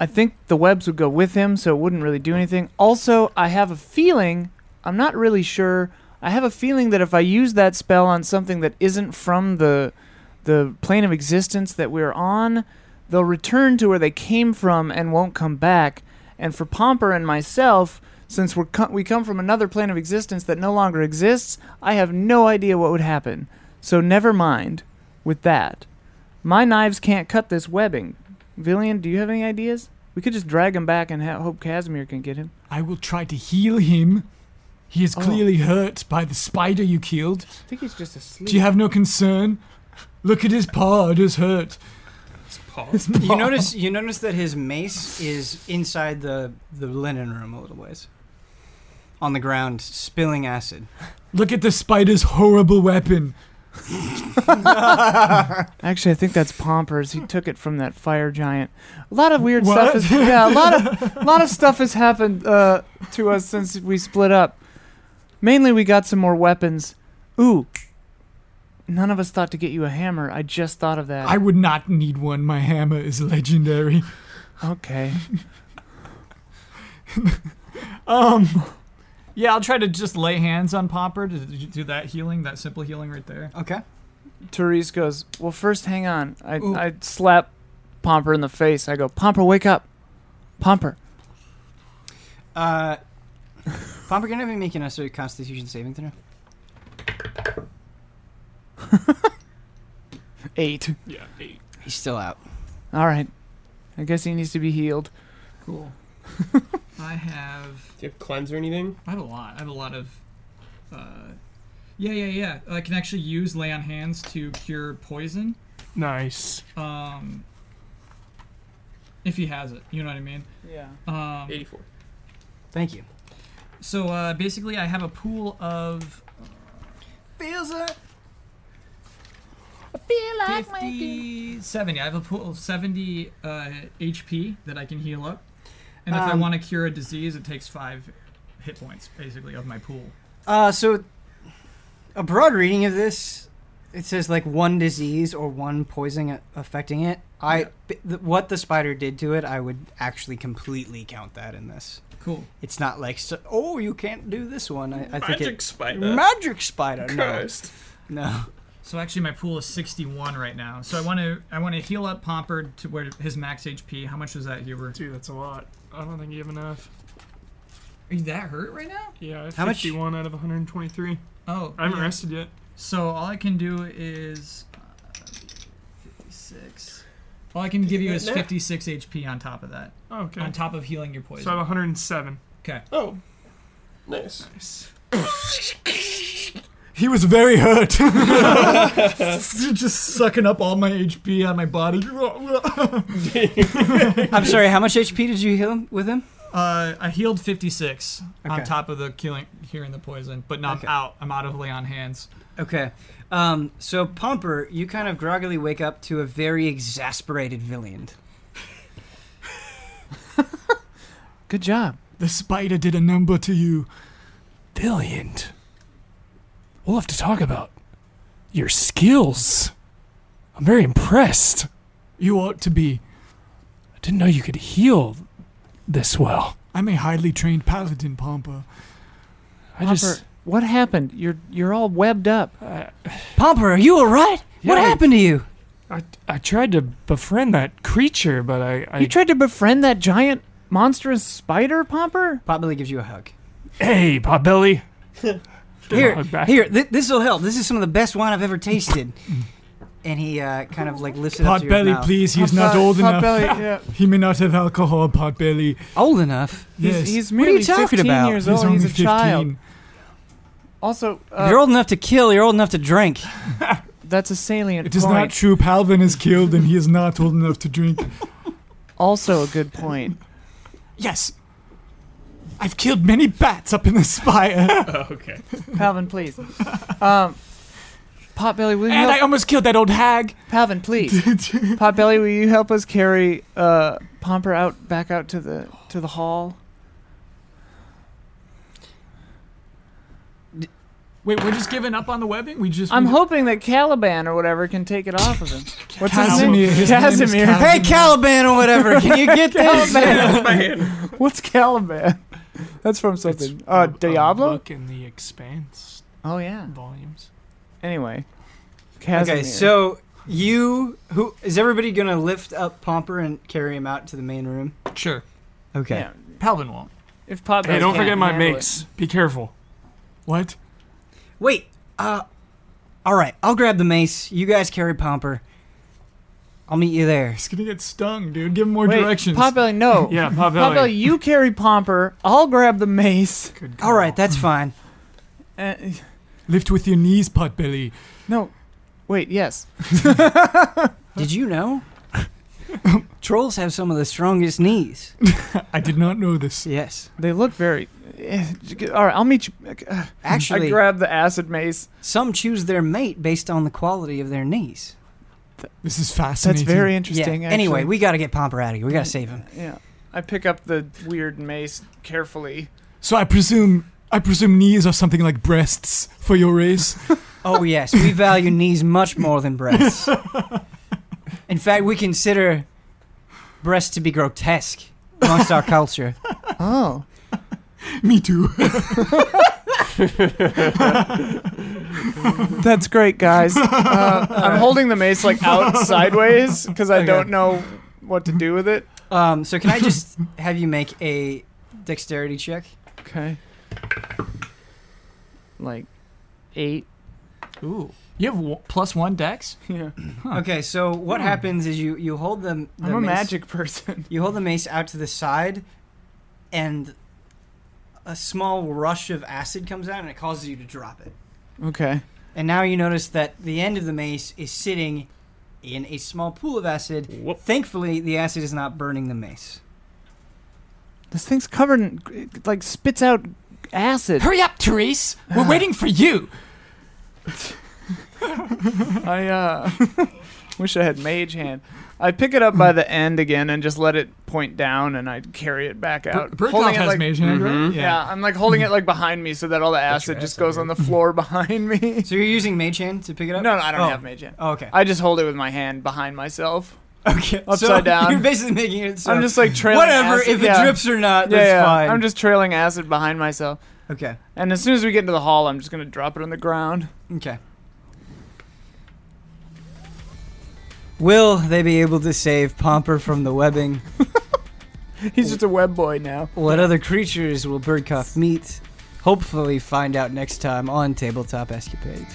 [SPEAKER 4] I think the webs would go with him, so it wouldn't really do anything. Also, I have a feeling, I'm not really sure, I have a feeling that if I use that spell on something that isn't from the the plane of existence that we're on, they'll return to where they came from and won't come back. And for Pomper and myself, since we're co- we come from another plane of existence that no longer exists, I have no idea what would happen. So never mind with that. My knives can't cut this webbing. Villian, do you have any ideas? We could just drag him back and ha- hope Casimir can get him.
[SPEAKER 3] I will try to heal him. He is
[SPEAKER 4] Oh.
[SPEAKER 3] clearly hurt by the spider you killed.
[SPEAKER 4] I think he's just asleep.
[SPEAKER 3] Do you have no concern? Look at his paw, it is hurt.
[SPEAKER 5] Pause.
[SPEAKER 1] You notice you notice that his mace is inside the the linen room a little ways, on the ground, spilling acid.
[SPEAKER 3] Look at the spider's horrible weapon.
[SPEAKER 4] Actually, I think that's Pompers. He took it from that fire giant. A lot of weird
[SPEAKER 3] What?
[SPEAKER 4] stuff is yeah. A lot of a lot of stuff has happened uh, to us since we split up. Mainly, we got some more weapons. Ooh, none of us thought to get you a hammer. I just thought of that.
[SPEAKER 3] I would not need one. My hammer is legendary.
[SPEAKER 4] okay.
[SPEAKER 3] Um, yeah, I'll try to just lay hands on Popper to d- do that healing, that simple healing right there.
[SPEAKER 1] Okay.
[SPEAKER 4] Therese goes, Well, first, hang on. I,
[SPEAKER 3] Ooh.
[SPEAKER 4] I slap Pomper in the face. I go, Pomper, wake up. Pomper.
[SPEAKER 1] Uh, Pomp, you're gonna be making us a Constitution saving throw.
[SPEAKER 4] Eight.
[SPEAKER 2] Yeah, eight.
[SPEAKER 1] He's still out.
[SPEAKER 4] All right. I guess he needs to be healed.
[SPEAKER 6] Cool. I have
[SPEAKER 5] Do you have cleanse or anything?
[SPEAKER 6] I have a lot. I have a lot of. Uh, yeah, yeah, yeah. I can actually use lay on hands to cure poison.
[SPEAKER 2] Nice.
[SPEAKER 6] Um, if he has it, you know what I mean.
[SPEAKER 4] Yeah.
[SPEAKER 6] Um,
[SPEAKER 5] 84.
[SPEAKER 1] Thank you.
[SPEAKER 6] So uh, basically, I have a pool of
[SPEAKER 1] Feels it.
[SPEAKER 6] fifty, seventy. I have a pool of seventy uh, HP that I can heal up, and if I
[SPEAKER 1] Um,
[SPEAKER 6] want to cure a disease, it takes five hit points basically of my pool.
[SPEAKER 1] Uh, so a broad reading of this, it says like one disease or one poison a- affecting it. I b- th- what the spider did to it, I would actually completely count that in this.
[SPEAKER 6] Cool.
[SPEAKER 1] It's not like so, oh you can't do this one. I, I think it,
[SPEAKER 5] spider.
[SPEAKER 1] magic spider. No, no.
[SPEAKER 6] So actually, my pool is 61 right now. So I want to I want to heal up Pomper to where his max HP. How much was that, Huber?
[SPEAKER 2] Dude, that's a lot. I don't think you have enough.
[SPEAKER 6] Are you that hurt right now?
[SPEAKER 2] Yeah, I have
[SPEAKER 1] How much-
[SPEAKER 2] 51 out of 123.
[SPEAKER 6] Oh,
[SPEAKER 2] I haven't
[SPEAKER 6] yeah.
[SPEAKER 2] rested yet.
[SPEAKER 6] So all I can do is uh, 56. All I can give you is 56 HP on top of that,
[SPEAKER 2] Oh, okay.
[SPEAKER 6] on top of healing your poison.
[SPEAKER 2] So I have 107.
[SPEAKER 6] okay.
[SPEAKER 5] Oh. Nice.
[SPEAKER 3] He was very hurt.
[SPEAKER 6] Just sucking up all my HP on my body.
[SPEAKER 1] I'm sorry. How much HP did you heal him with him?
[SPEAKER 6] Uh, I healed 56 on
[SPEAKER 1] Okay.
[SPEAKER 6] top of the killing, curing the poison, but now
[SPEAKER 1] Okay.
[SPEAKER 6] I'm out. I'm out of lay on hands.
[SPEAKER 1] Okay. Um, so Pomper, you kind of groggily wake up to a very exasperated Villiand.
[SPEAKER 4] Good job.
[SPEAKER 3] the spider did a number to you. Brilliant. We'll have to talk about your skills. I'm very impressed. You ought to be. I didn't know you could heal this well. I'm a highly trained paladin, Pompa. I
[SPEAKER 4] Pomper, what happened? You're you're all webbed up.
[SPEAKER 7] I,
[SPEAKER 1] Pomper, are you all right? what
[SPEAKER 7] Yeah.
[SPEAKER 1] happened to you?
[SPEAKER 7] I, I tried to befriend that creature, but I, I
[SPEAKER 4] you tried to befriend that giant monstrous spider, Pomper?
[SPEAKER 1] Potbelly gives you a hug.
[SPEAKER 7] hey, Potbelly.
[SPEAKER 1] Here,
[SPEAKER 7] hug back.
[SPEAKER 1] here, th- this will help. This is some of the best wine I've ever tasted. and he uh, kind of like lifts it up to your
[SPEAKER 3] Potbelly,
[SPEAKER 1] mouth.
[SPEAKER 3] please. He's not old enough.
[SPEAKER 4] yeah.
[SPEAKER 3] He may not have alcohol, Potbelly.
[SPEAKER 1] Old enough.
[SPEAKER 4] He's,
[SPEAKER 3] Yes.
[SPEAKER 4] he's
[SPEAKER 1] What are you
[SPEAKER 4] merely
[SPEAKER 1] talking
[SPEAKER 4] 15
[SPEAKER 1] about?
[SPEAKER 4] years
[SPEAKER 3] He's
[SPEAKER 4] old.
[SPEAKER 3] only
[SPEAKER 4] He's, a
[SPEAKER 3] 15.
[SPEAKER 4] child. Also,
[SPEAKER 1] if you're
[SPEAKER 4] uh,
[SPEAKER 1] old enough to kill, you're old enough to drink.
[SPEAKER 4] that's a salient
[SPEAKER 3] It is not
[SPEAKER 4] point.
[SPEAKER 3] true. Palvin is killed and he is not old enough to drink.
[SPEAKER 4] also a good point.
[SPEAKER 3] Yes. I've killed many bats up in the spire.
[SPEAKER 5] Oh, okay.
[SPEAKER 4] Palvin, please. Um, Potbelly, will you help?
[SPEAKER 3] almost killed that old hag.
[SPEAKER 4] Palvin, please. Potbelly, will you help us carry uh, Pomper out back out to the to the hall?
[SPEAKER 6] Wait, we're just giving up on the webbing. We just.
[SPEAKER 4] I'm
[SPEAKER 6] we-
[SPEAKER 4] hoping that Caliban or whatever can take it off of him. What's his name?
[SPEAKER 3] Casimir. His name is
[SPEAKER 4] Casimir.
[SPEAKER 3] Casimir.
[SPEAKER 1] Hey, Caliban or whatever, can you get this?
[SPEAKER 4] What's Caliban? That's from something.
[SPEAKER 7] a-
[SPEAKER 4] Uh,
[SPEAKER 7] a
[SPEAKER 4] Diablo.
[SPEAKER 7] book in the Expanse
[SPEAKER 4] Oh yeah.
[SPEAKER 7] volumes.
[SPEAKER 4] Anyway, Casimir.
[SPEAKER 1] okay, so you who is everybody gonna lift up Pomper and carry him out to the main room?
[SPEAKER 6] Sure.
[SPEAKER 1] Okay.
[SPEAKER 4] Yeah.
[SPEAKER 6] Paladin won't.
[SPEAKER 4] If Potbelly.
[SPEAKER 7] Hey, don't
[SPEAKER 4] can't
[SPEAKER 7] forget my
[SPEAKER 4] handle it-
[SPEAKER 7] mace. Be careful.
[SPEAKER 3] What?
[SPEAKER 1] Wait. Uh, all right. I'll grab the mace. You guys carry Pomper. I'll meet you there.
[SPEAKER 3] He's gonna get stung, dude. Give him more
[SPEAKER 4] Wait,
[SPEAKER 3] directions.
[SPEAKER 4] Potbelly, no.
[SPEAKER 7] Yeah, Potbelly.
[SPEAKER 4] Potbelly, you carry Pomper. I'll grab the mace.
[SPEAKER 7] Good
[SPEAKER 1] All right, that's fine.
[SPEAKER 4] Uh,
[SPEAKER 3] Lift with your knees, Potbelly.
[SPEAKER 4] no. Wait. Yes.
[SPEAKER 1] Did you know? Trolls have some of the strongest knees.
[SPEAKER 3] I did not know this.
[SPEAKER 1] Yes.
[SPEAKER 4] They look very. eh, all right. I'll meet you. Uh, I
[SPEAKER 1] Actually,
[SPEAKER 4] grab the acid mace.
[SPEAKER 1] some choose their mate based on the quality of their knees.
[SPEAKER 3] This is
[SPEAKER 4] That's
[SPEAKER 3] fascinating.
[SPEAKER 4] very interesting.
[SPEAKER 1] Yeah. Anyway,
[SPEAKER 4] actually.
[SPEAKER 1] we got to get Pomper out of here. We got to save him.
[SPEAKER 4] yeah. I pick up the weird mace carefully.
[SPEAKER 3] So I presume I presume knees are something like breasts for your race.
[SPEAKER 1] Oh, yes. We value knees much more than breasts. In fact, we consider breasts to be grotesque amongst our culture.
[SPEAKER 4] Oh.
[SPEAKER 3] Me too.
[SPEAKER 4] That's great, guys. Uh, I'm holding the mace like out sideways because I
[SPEAKER 1] Okay.
[SPEAKER 4] don't know what to do with it.
[SPEAKER 1] Um, so, can I just have you make a dexterity check?
[SPEAKER 4] Okay. like eight.
[SPEAKER 6] Ooh.
[SPEAKER 8] You have w- plus one dex?
[SPEAKER 4] Yeah,
[SPEAKER 1] Okay, so what happens is you you hold them. The
[SPEAKER 4] Hmm. I'm a
[SPEAKER 1] mace-
[SPEAKER 4] magic person.
[SPEAKER 1] You hold the mace out to the side, and a small rush of acid comes out, and it causes you to drop it.
[SPEAKER 4] Okay.
[SPEAKER 1] And now you notice that the end of the mace is sitting in a small pool of acid.
[SPEAKER 5] Whoop.
[SPEAKER 1] Thankfully, the acid is not burning the mace.
[SPEAKER 4] This thing's covered in, it, like, spits out acid.
[SPEAKER 8] Hurry up, Therese! We're waiting for you!
[SPEAKER 4] I, uh, wish I had mage hand. I pick it up by the end again and just let it point down and I carry it back
[SPEAKER 8] Br-
[SPEAKER 4] out.
[SPEAKER 8] Brickoff
[SPEAKER 4] Holding it,
[SPEAKER 8] has
[SPEAKER 4] like-
[SPEAKER 8] mage hand,
[SPEAKER 5] Mhm.
[SPEAKER 8] right?
[SPEAKER 4] Yeah. I'm like holding it like behind me so that all the
[SPEAKER 2] your
[SPEAKER 4] acid just
[SPEAKER 2] acid
[SPEAKER 4] goes
[SPEAKER 2] here.
[SPEAKER 4] on the floor behind me.
[SPEAKER 1] So you're using mage hand to pick it
[SPEAKER 4] No,
[SPEAKER 1] up?
[SPEAKER 4] no, I don't
[SPEAKER 1] Oh.
[SPEAKER 4] have mage hand.
[SPEAKER 1] Oh, okay.
[SPEAKER 4] I just hold it with my hand behind myself.
[SPEAKER 1] Okay.
[SPEAKER 4] Upside
[SPEAKER 1] so
[SPEAKER 4] down.
[SPEAKER 1] You're basically making it. So
[SPEAKER 4] I'm just like trailing
[SPEAKER 1] whatever.
[SPEAKER 4] acid-
[SPEAKER 1] If it
[SPEAKER 4] yeah.
[SPEAKER 1] drips or not,
[SPEAKER 4] Yeah,
[SPEAKER 1] that's
[SPEAKER 4] yeah.
[SPEAKER 1] fine.
[SPEAKER 4] I'm just trailing acid behind myself.
[SPEAKER 1] okay.
[SPEAKER 4] And as soon as we get into the hall, I'm just going to drop it on the ground.
[SPEAKER 1] Okay. Will they be able to save Pomper from the webbing?
[SPEAKER 4] He's just a web boy now.
[SPEAKER 1] What other creatures will Birdcough meet? Hopefully, find out next time on Tabletop Escapades.